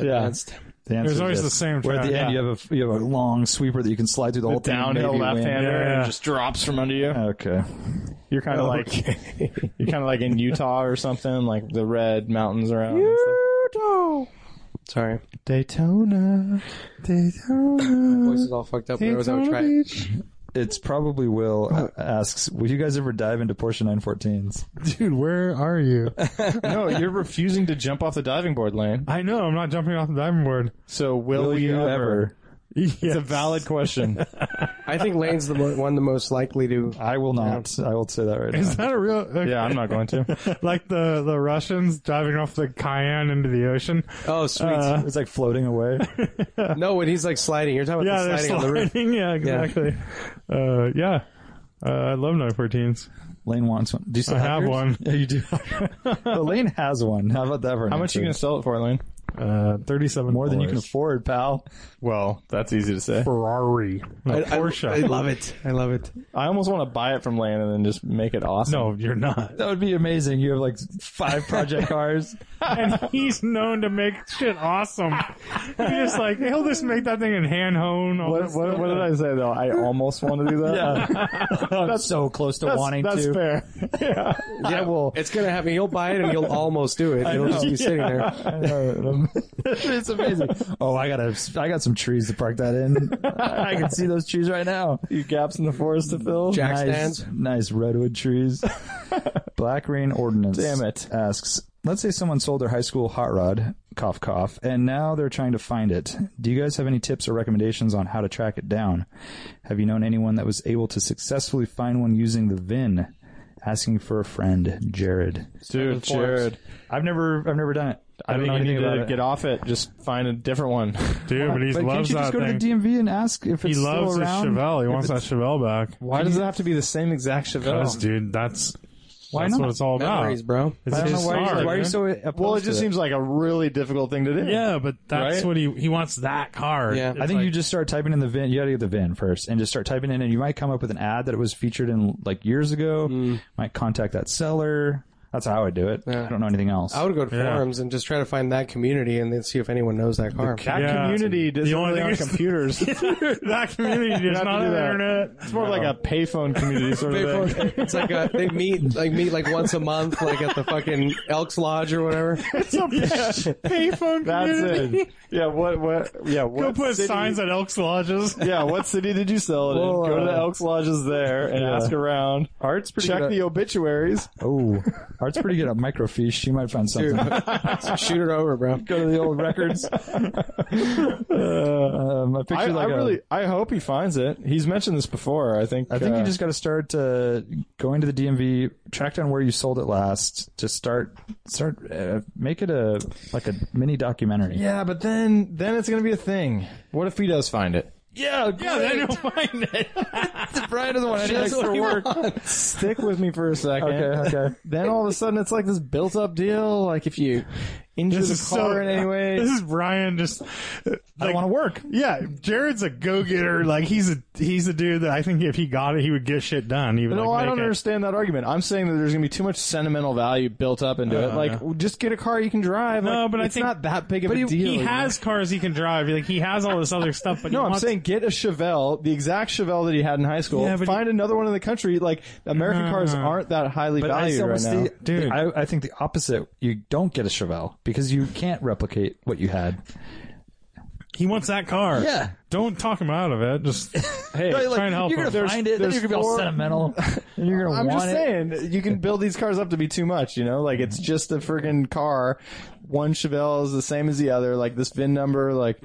A: <laughs> yeah.
B: Danced.
A: The answer
D: It was
A: is
D: always
A: yes.
D: the same
A: Where at the
D: track,
A: end
D: yeah.
A: you have a you have a long sweeper that you can slide through the whole
C: Downhill
A: thing. and maybe
C: left
A: win.
C: hander
D: Yeah.
C: and just drops from under you.
A: Okay.
C: You're kind of like <laughs> you're kind of like in Utah or something, like the red mountains around. and stuff.
B: Sorry,
C: Daytona, Daytona.
B: voice is all fucked up. But I was on track.
A: It's probably Will uh, asks, "Will you guys ever dive into Porsche 914s?"
D: Dude, where
B: <laughs>
D: are you?
C: <laughs> no, you're refusing to jump off the diving board lane.
D: I know. I'm not jumping off the diving board. <laughs>
C: So will,
A: Will
C: we
A: you
C: ever?
A: ever?
C: It's a
A: <laughs>
C: valid question.
B: I think Lane's the mo- one the most likely to.
A: I will not. I will say that right now.
D: Is that a real? okay.
C: yeah, I'm not going to.
D: Like the, the Russians driving off the Cayenne into the ocean.
B: Oh sweet!
A: it's like floating away.
B: no, when he's like sliding, you're talking about
D: Yeah,
B: the
D: they're
B: sliding on the roof.
D: sliding. <laughs> Yeah, exactly. Uh, yeah. Uh, I love 914s.
A: Lane wants one. Do you still
D: I have
A: yours?
D: <laughs> one.
A: Yeah, you do. but Lane has one. How about that for an
C: How much are you gonna
A: answer?
C: sell it for, Lane?
D: Uh, thirty-seven
A: More than you can
D: dollars.
A: afford, pal.
C: Well, that's easy to say.
D: Ferrari, no,
B: I, I-
D: Porsche.
B: I love it. I love it.
C: I almost want to buy it from Land and then just make it awesome.
D: no, you're not.
A: That would be amazing. You have like five project cars.
D: <laughs> and he's known to make shit awesome. He's just like he'll just make that thing in hand hone. all
C: What,
D: this
C: what,
D: stuff.
C: what did I say though? <laughs> I almost want to do that. Uh,
A: that's so close to
C: that's,
A: wanting
C: that's
A: to.
C: fair. Yeah.
A: I will.
B: It's gonna happen. He'll buy it and he'll almost do it. It'll just be sitting there.
A: I know, and I'm-
C: <laughs>
A: it's amazing. <laughs> Oh, I got to I got some trees to park that in. I can see those trees right now.
C: You gaps in the forest to fill.
B: Jack
A: nice,
B: stands.
A: Nice redwood
C: <laughs>
A: trees. Black Rain Ordinance.
C: Damn it.
A: Asks. Let's say someone sold their high school hot rod, cough cough, and now they're trying to find it. Do you guys have any tips or recommendations on how to track it down? Have you known anyone that was able to successfully find one using the VIN? Asking for a friend, Jared.
C: Dude, Jared.
A: I've never, I've never done it. I,
C: I
A: don't
C: think
A: know
C: you
A: anything
C: need
A: about
C: to
A: it.
C: get off it. Just find a different one.
D: Dude, but he
A: but can't
D: loves
A: you
D: that
A: just go
D: thing.
A: to the DMV and ask if
D: he
A: it's
D: loves
A: still
D: his
A: around?
D: Chevelle. He
A: If
D: wants that
A: it's-
D: Chevelle back.
C: Why does it have to be the same exact
D: Because,
C: Chevelle?
D: dude, that's
A: Why
D: that's
A: not?
D: what it's all about.
B: Memories, bro.
D: It's
A: I don't
D: his
A: know why.
D: star,
A: you- Why are you
D: dude.
A: so opposed
C: Well, it
A: to
C: just
A: it?
C: seems like a really difficult thing to do.
D: Yeah, but that's
C: Right?
D: what he he wants that car.
B: Yeah.
A: I think you just start typing in the VIN. You got to get the VIN first, and just start typing in, and you might come up with an ad that it was featured in like years ago. Might contact that seller. That's how I would do it. I don't know anything else.
B: I would go to
D: Yeah.
B: forums and just try to find that community and then see if anyone knows that car.
C: That
D: Yeah.
C: community doesn't
D: The
C: really
D: only thing
C: on
D: is-
C: computers.
D: just <laughs> that community does
C: have to
D: not
C: do
D: have
C: that.
D: internet.
C: It's more like a payphone community sort
B: They
C: of thing.
B: both- it's like a, they meet like meet like once a month, like at the fucking Elks Lodge or whatever.
D: <laughs> Payphone
C: That's
D: community.
C: it. Yeah, what, what, yeah, what
D: Go <laughs> put
C: city-
D: signs at Elks <laughs> Lodges.
C: Yeah, what city did you sell it in?
A: Well,
C: Go to the
A: uh,
C: Elks Lodges there and ask around.
A: Art's pretty
C: Check
A: good.
C: the <laughs> obituaries.
A: <laughs> oh, Art's pretty good at microfiche. She might find something.
B: Dude, shoot it over, bro.
A: Go to <laughs> the old records. Uh, um, I picture
C: I,
A: like
C: I
A: a-
C: really, I hope he finds it. He's mentioned this before. I think.
A: I think
C: uh,
A: you just got to start uh, going to the DMV, track down where you sold it last. Just start, start, uh, make it a like a mini documentary.
C: Yeah, but then, then it's gonna be a thing. What if he does find it?
A: yeah,
D: Yeah, then you'll find it.
A: Brian doesn't want any extra work.
C: Stick with me for a second.
A: Okay, okay.
C: Then all of a sudden, it's like this built-up deal. Like if you injure
D: This
C: the
D: is
C: car
D: so-
C: in any way,
D: <laughs> This is Brian just. uh,
A: I
D: like,
A: want to work.
D: Yeah, Jared's a go-getter. Like he's a he's a dude that I think if he got it, he would get shit done. He would,
C: No,
D: like,
C: I
D: make
C: don't
D: it.
C: understand that argument. I'm saying that there's going to be too much sentimental value built up into it. Like, w- just get a car you can drive.
D: No,
C: Like,
D: but I
C: it's
D: think-
C: not that big of
D: But
C: a
D: he,
C: deal.
D: he
C: you know?
D: has cars he can drive. Like he has all this other stuff. <laughs> But he
C: No, I'm
D: wants-
C: saying get a Chevelle, the exact Chevelle that he had in high school.
D: Yeah, but Uh-huh.
C: find another one in the country. Like American cars aren't that highly
A: But I
C: valued right
A: almost
C: now.
A: the,
D: Dude.
A: I, I think the opposite. You don't get a Chevelle because you can't replicate what you had.
D: he wants that car.
A: Yeah.
D: Don't talk him out of it. Just <laughs> hey,
A: Right, like,
D: try and help
A: you're
D: him.
A: gonna find it, then
C: there's
A: you're gonna be all
C: four-
A: sentimental, and you're gonna
C: I'm
A: want
C: just
A: it.
C: saying you can build these cars up to be too much. You know, like it's just a friggin' car. One Chevelle is the same as the other. Like this VIN number, like.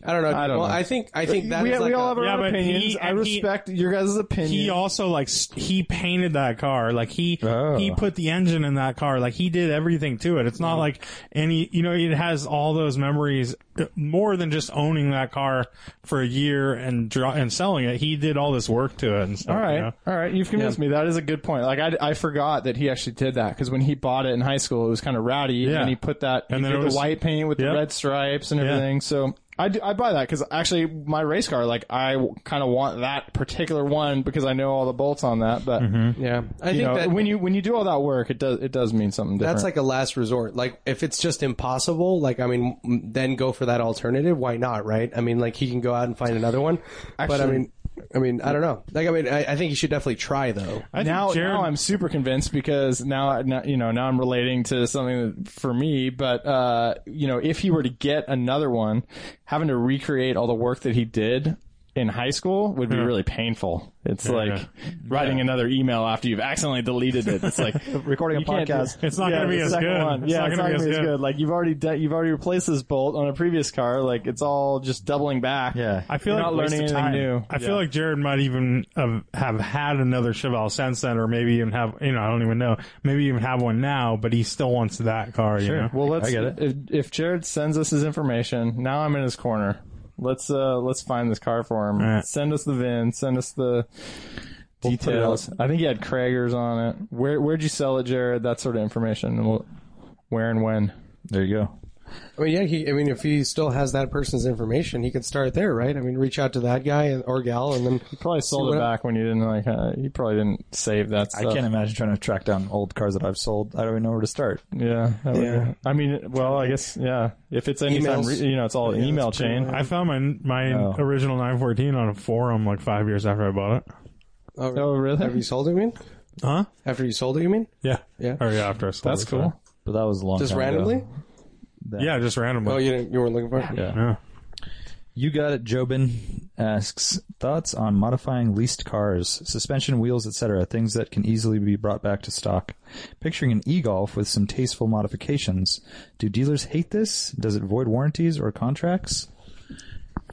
B: I don't know.
C: I don't
B: well,
C: know.
B: I think I think that's
C: We,
B: Mm. like
C: we
B: a-
C: all have our
D: Yeah,
C: own
D: but he-
C: opinions. I
D: and he-
C: respect your guys' opinion.
D: he also like s- he painted that car like he
A: Oh.
D: he put the engine in that car like he did everything to it it's
C: Mm.
D: not like any you know it has all those memories uh, more than just owning that car for a year and dro- and selling it he did all this work to it and stuff
C: All right,
D: you know?
C: all right. You've convinced me. That is a good point. Like I, I forgot that he actually did that because when he bought it in high school, it was kind of rowdy,
D: Yeah.
C: and he put that
D: And
C: he
D: then
C: did
D: it
C: the
D: was-
C: white paint with
D: Yeah.
C: the red stripes and everything. So I, do, I buy that because actually my race car, like I kind of want that particular one because I know all the bolts on that. But
D: Mm-hmm.
B: yeah. I
C: you
B: think
C: know,
B: that
C: when you when you do all that work, it does it does mean something different.
B: that's like a last resort. Like if it's just impossible, like I mean, m- then go for that alternative. Why not? Right? I mean, like he can go out and find another one. but I
C: Actually-
B: mean, I mean, I don't know. Like I mean, I, I think he should definitely try though.
D: I think
C: now,
D: Jared-
C: now I'm super convinced because now, I- now you know now I'm relating to something that, for me. But uh, you know, if he were to get another one, having to recreate all the work that he did in high school would be really painful. It's like writing another email after you've accidentally deleted it. It's like
A: <laughs> Recording a
C: you can't do-
A: podcast.
D: It's not gonna be
C: the
D: as
C: second
D: good.
C: One.
D: It's
C: yeah,
D: not
C: it's
D: gonna
C: not gonna
D: be as
C: be as
D: good.
C: good. Like you've already de- you've already replaced this bolt on a previous car. Like it's all just doubling back.
A: Yeah.
D: I feel
C: You're
D: like
C: not
D: waste
C: learning
D: of
C: anything
D: time.
C: new.
D: I feel
C: Yeah.
D: like Jared might even have, have had another Chevelle since then, or maybe even have you know I don't even know maybe even have one now, but he still wants that car. You know?
C: Well, let's.
A: I get it.
C: If, if Jared sends us his information, now I'm in his corner. Let's uh let's find this car for him.
D: Alright.
C: Send us the VIN. Send us the
A: put it
C: details. I think he had Kragers on it. Where where'd you sell it, Jared? That sort of information. And we'll, where and when?
A: There you go.
B: I mean, yeah. He, I mean, if he still has that person's information, he could start there, right? I mean, reach out to that guy and- or gal, and then
C: Probably sold
B: what
C: it
B: I-
C: back when you didn't like. Uh, you probably didn't save that.
A: I
C: Stuff.
A: can't imagine trying to track down old cars that I've sold. I don't even know where to start.
C: Yeah. that would-
B: Yeah.
C: I mean, well, I guess yeah. If it's any time,
B: Emails.
C: re- you know, it's all an email chain.
D: I found my my
A: Oh.
D: original 914 on a forum like five years after I bought it.
B: oh,
C: oh,
B: after you
C: really?
B: sold it, you mean?
D: Huh?
B: After you sold it, you mean?
D: Yeah.
B: Yeah.
D: Or yeah, after I sold
C: That's
D: it.
C: cool.
A: But that was a long
B: Just
A: time ago.
B: randomly?
A: That-
D: Yeah, just randomly.
B: Oh, you didn't, you weren't looking for it.
C: Yeah.
D: yeah.
A: You got it, Jobin asks thoughts on modifying leased cars, suspension, wheels, etc., things that can easily be brought back to stock. Picturing an e-golf with some tasteful modifications. Do dealers hate this? Does it void warranties or contracts?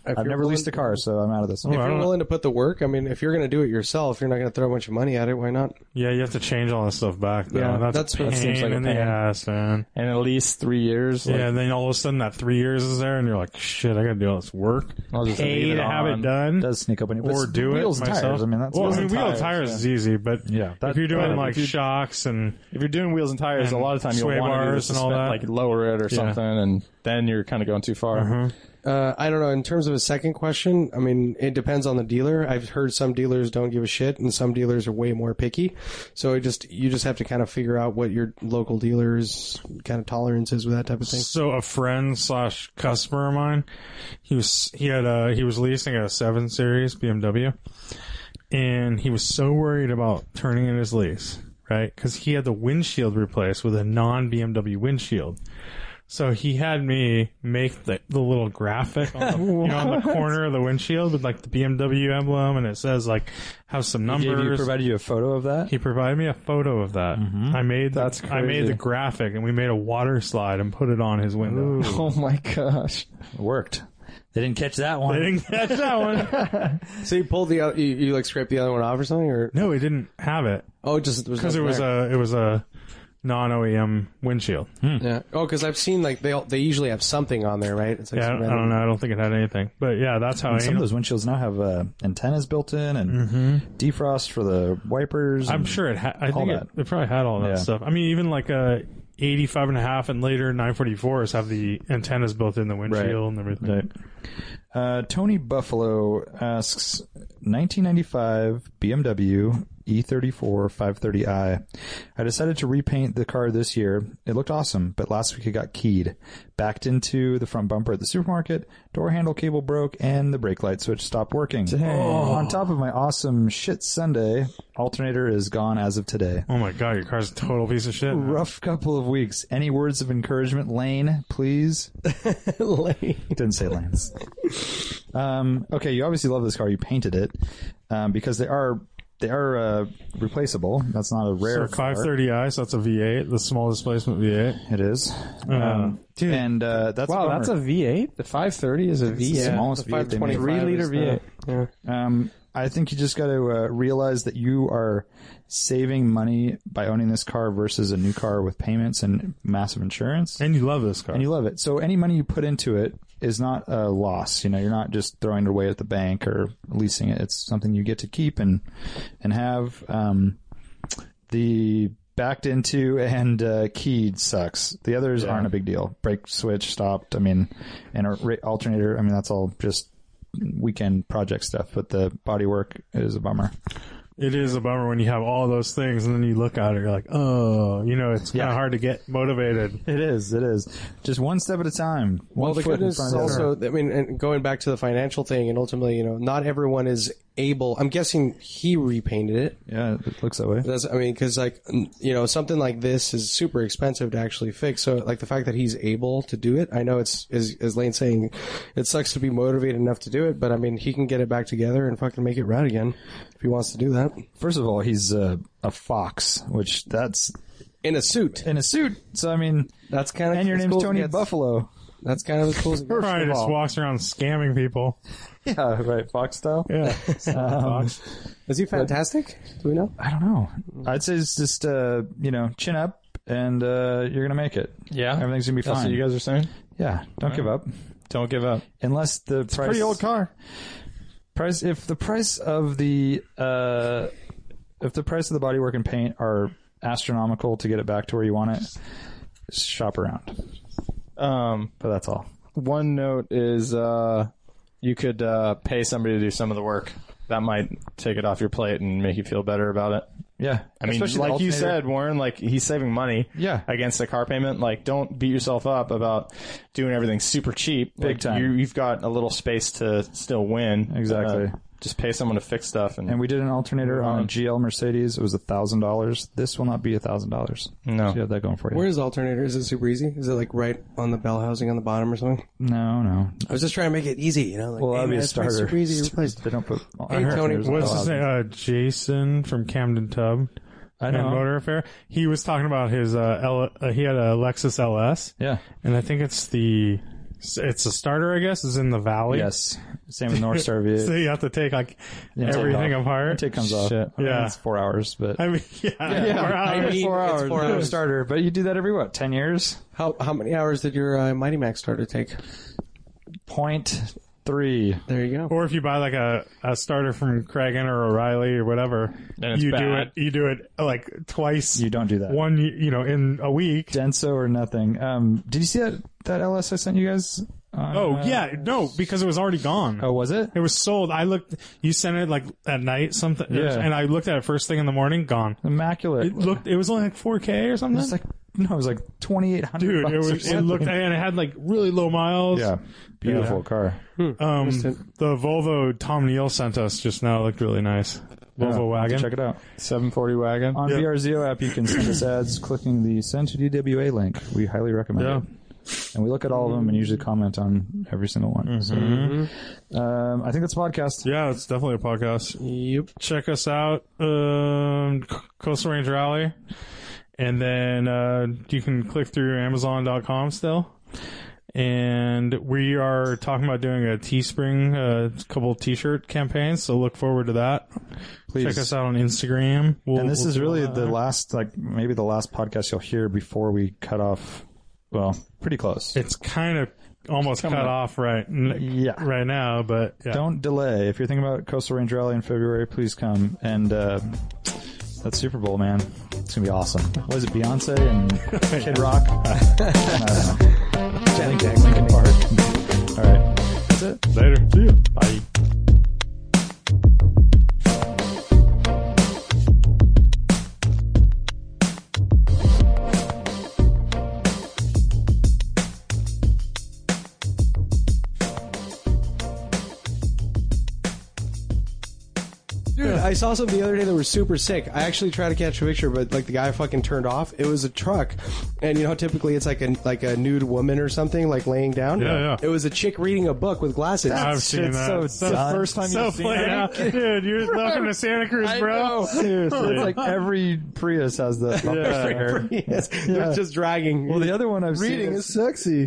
B: If
A: I've
B: you're
A: never
B: willing-
A: leased a car, so I'm out of this.
B: If
A: one.
D: I
B: you're
D: don't-
B: willing to put the work, I mean, if you're going to do it yourself, you're not going to throw a bunch of money at it. Why not?
D: Yeah, you have to change all this stuff back. Though.
B: Yeah,
D: Yeah, that's,
B: that's
D: a
B: what-
D: pain
B: that
C: seems like a
D: in
C: pain.
D: the ass, man.
C: And at least three years. Like,
D: yeah, and then all of a sudden that three years is there, and you're like, shit, I got to do all this work.
C: I'll just
D: Pay
C: leave it
D: to have
C: on.
D: it
A: It
D: done.
A: does sneak up on you. but
D: or
A: it's
D: do
A: wheels
D: it
A: and
D: myself.
A: tires. I mean, that's
D: well, I
A: wheels
D: mean,
A: and
D: wheel
A: tires,
D: and tires
A: yeah.
D: is easy, but
A: Yeah.
D: if you're
C: But
D: doing
C: if
D: like
C: you-
D: shocks and
C: If you're doing wheels and tires,
D: And
C: a lot of time you'll
D: sway
C: want to do the
D: bars and all
C: suspen-
D: that.
C: like lower it or
D: Yeah. Mm-hmm.
C: something, and then you're kind of going too far.
B: Uh, I don't know. In terms of a second question, I mean, it depends on the dealer. I've heard some dealers don't give a shit, and some dealers are way more picky. So it just you just have to kind of figure out what your local dealer's kind of tolerance is with that type of thing.
D: So a friend slash customer of mine, he was he had a he was leasing a seven series BMW, and he was so worried about turning in his lease, right? Because he had the windshield replaced with a non BMW windshield. So he had me make the, the little graphic on the, you know, on
A: <laughs>
D: the corner of the windshield with like the BMW emblem, and it says like have some
A: He gave
D: numbers.
A: you, provided you a photo of that.
D: He provided me a photo of that.
A: Mm-hmm.
D: I made the,
C: That's
D: I made
C: crazy.
D: the graphic, and we made a water slide and put it on his window.
C: <laughs> Oh my gosh!
A: It worked. They didn't catch that one.
D: I <laughs> didn't catch that one.
B: So you pulled the oth- you, you like scraped the other one off or something, or
D: No, it didn't have it
B: oh, it just because
D: because it was a it was a non OEM windshield.
A: Hmm.
B: yeah. Oh, because I've seen like they all, they usually have something on there, right? It's like
D: Yeah, I
B: some
D: don't, I
B: random-
D: don't know. I don't think it had anything. But yeah, that's how I.
A: Some of those windshields now have uh, antennas built in and defrost for the wipers.
D: Mm-hmm. I'm
A: and-
D: sure it. Ha- I
A: All
D: think it, it probably had all that
A: Yeah.
D: stuff. I mean, even like a 85 and a half and later 944s have the antennas built in the windshield and everything.
A: Right. Uh, Tony Buffalo asks 1995 BMW E34 530i. I decided to repaint the car this year. It looked awesome, but last week it got keyed. Backed into the front bumper at the supermarket, door handle cable broke, and the brake light switch stopped working. Oh. On top of my awesome shit Sunday, alternator is gone as of today
D: Oh my god, your car's a total piece of shit.
A: rough couple of weeks. Any words of encouragement, Lane? Please. Lane didn't say Lanes. Um, okay, you obviously love this car. You painted it um, because they are they are uh, replaceable. That's not a rare
D: So
A: car.
D: 530i, so that's a V8, the small displacement V8.
A: It is. Um, and uh, that's
C: Uh, Wow,
A: a
C: that's a
A: bummer.
C: V8. The 530 is a V8.
B: Yeah,
A: smallest
B: the
A: V8 they made.
B: 525
C: Three liter
B: is the-
C: V8.
B: Yeah.
A: Um, I think you just got to uh, realize that you are saving money by owning this car versus a new car with payments and massive insurance.
D: And you love this car.
A: and you love it. So any money you put into it is not a loss. You know, you're not just throwing it away at the bank or leasing it. It's something you get to keep and and have. Um, the backed into and uh, keyed sucks. The others aren't a big deal. Brake switch stopped. I mean, and a ra- alternator. I mean, that's all just weekend project stuff. But the body work is a bummer.
D: It is a bummer when you have all those things and then you look at it, you're like, oh, you know, it's kind of
A: Yeah.
D: hard to get
A: <laughs>
D: motivated.
A: It is. It is. Just one step at a time. One
B: Well, the
A: foot
B: good
A: in
B: news
A: front
B: is
A: of the other.
B: also, I mean, and going back to the financial thing, and ultimately, you know, not everyone is able. I'm guessing he repainted it.
A: Yeah, it looks that way.
B: That's, I mean, because like, n- you know, something like this is super expensive to actually fix. So, like, the fact that he's able to do it, I know it's as as Lane's saying, it sucks to be motivated enough to do it, but I mean, he can get it back together and fucking make it right again if he wants to do that
A: First of all, he's a, a fox, which that's
B: in a suit.
A: in a suit. So I mean,
B: That's kind of
A: and your
B: as
A: name's
B: cool as it
A: Tony
B: gets.
A: Buffalo.
B: That's kind of as cool
A: <laughs>
B: as it gets.
D: Probably
A: of
D: just
A: all.
D: walks around scamming people.
A: Yeah, right, fox style. <laughs>
D: Yeah.
A: Um,
D: Fox.
B: Is he fantastic? Do we know?
A: I don't know. I'd say it's just uh, you know, chin up, and uh, you're gonna make it.
C: Yeah.
A: everything's gonna be
C: That's
A: fine.
C: what you guys are saying.
A: yeah, don't give up.
C: Don't give up.
A: Unless the price,
C: Pretty old car.
A: price, if the price of the uh, if the price of the bodywork and paint are astronomical to get it back to where you want it, shop around.
C: Um, but that's all. One note is uh, you could uh, pay somebody to do some of the work. That might take it off your plate and make you feel better about it.
A: Yeah.
C: I mean,
A: Especially the
C: like you
A: alternator.
C: said, Warren, like he's saving money.
A: Yeah.
C: Against the car payment, like don't beat yourself up about doing everything super cheap. Big
A: time.
C: You, you've got a little space to still win. Uh,
A: Exactly.
C: just pay someone to fix stuff, and,
A: And we did an alternator on a GL Mercedes. It was thousand dollars. This will not be thousand dollars.
C: No.
A: you have that going for you.
B: Where is the alternator? Is it super easy? Is it like right on the bell housing on the bottom or something?
A: no, no.
B: I was just trying to make it easy, you know. Like,
A: Well,
B: hey,
A: that'd be
B: man,
A: a
B: it's right,
A: starter.
B: Super easy to replace.
A: They don't put.
B: Hey, Tony,
D: What's
A: Oh,
D: his name? Uh, Jason from Camden Tub.
A: I
D: and
A: know.
D: Motor Affair. He was talking about his uh, L- uh he had a Lexus LS.
A: Yeah.
D: And I think it's the it's a starter, I guess, is in the valley.
A: Yes. Same with North Star
D: So
A: V8.
D: you have to take like
A: Yeah, take
D: everything
A: off.
D: apart.
A: It comes off.
C: Shit.
A: I mean,
D: Yeah.
A: it's four hours, but
D: I mean, <laughs> yeah, four
B: I
D: hours.
B: mean,
C: four
B: it's
C: hours.
B: four
A: It's a
B: hours.
A: starter. But you do that every what? Ten years?
B: How how many hours did your uh, Mighty Max starter take?
A: Point three.
B: There you go.
D: or if you buy like a, a starter from Kragen or O'Reilly or whatever,
C: Then it's
D: you do
C: bad.
D: it. You do it like twice.
A: You don't do that.
D: one, you know, in a week.
A: Denso or nothing. Um, did you see that that LS I sent you guys? On,
D: oh
A: uh,
D: yeah, no, because it was already gone.
A: Oh, was it?
D: It was sold. I looked. You sent it like at night, something.
A: Yeah.
D: And I looked at it first thing in the morning. Gone.
A: Immaculate.
D: It looked. It was only like 4K or something.
A: It's like no, it was like twenty eight hundred.
D: Dude, it was. It looked. And it had like really low miles.
A: Yeah, beautiful
D: Yeah.
A: car.
D: Um, the Volvo Tom Neal sent us just now looked really nice. Volvo
A: Yeah,
D: wagon.
A: Check it out.
C: 740 wagon.
A: On VRZO app, you can send
D: <clears throat>
A: us ads clicking the send to DWA link. We highly recommend
D: Yeah.
A: it. And we look at all of them and usually comment on every single one. So, um, I think that's a podcast.
D: Mm-hmm. Yeah, it's definitely a podcast.
B: Yep.
D: Check us out, um, C- Coastal Range Rally, and then uh, you can click through Amazon.com still. And we are talking about doing a Teespring, uh, couple T-shirt campaigns, so look forward to that.
A: Please.
D: Check us out on Instagram. We'll-
A: And this
D: we'll
A: is
D: do all
A: really
D: that.
A: the last, like maybe the last podcast you'll hear before we cut off. Well, pretty close.
D: It's kind of almost cut
C: coming up.
D: off right, n-
A: yeah.
D: right now, but yeah.
A: Don't delay. If you're thinking about Coastal Range Rally in February, please come. And uh, that's Super Bowl, man. It's gonna be awesome. What is it, Beyonce and Kid Rock? I don't know. Linkin- Linkin Park. All right, that's it.
D: Later. See you.
A: Bye.
B: Dude, I saw some the other day that were super sick. I actually tried to catch a picture, but like the guy fucking turned off. It was a truck, and you know, how typically it's like a like a nude woman or something like laying down.
D: Yeah, yeah.
B: It was a chick reading a book with glasses.
D: I've seen
A: shit's
D: that.
A: so
D: That's the
A: done.
D: first time
C: you've seen
D: played
C: it.
D: out.
A: <laughs>
D: Dude, you're welcome to Santa Cruz, bro.
A: Seriously,
C: <laughs>
A: it's like every Prius has the
B: <laughs>
D: Yeah.
B: yes, they're just dragging.
A: Well, the other one I've seen
B: reading is sexy.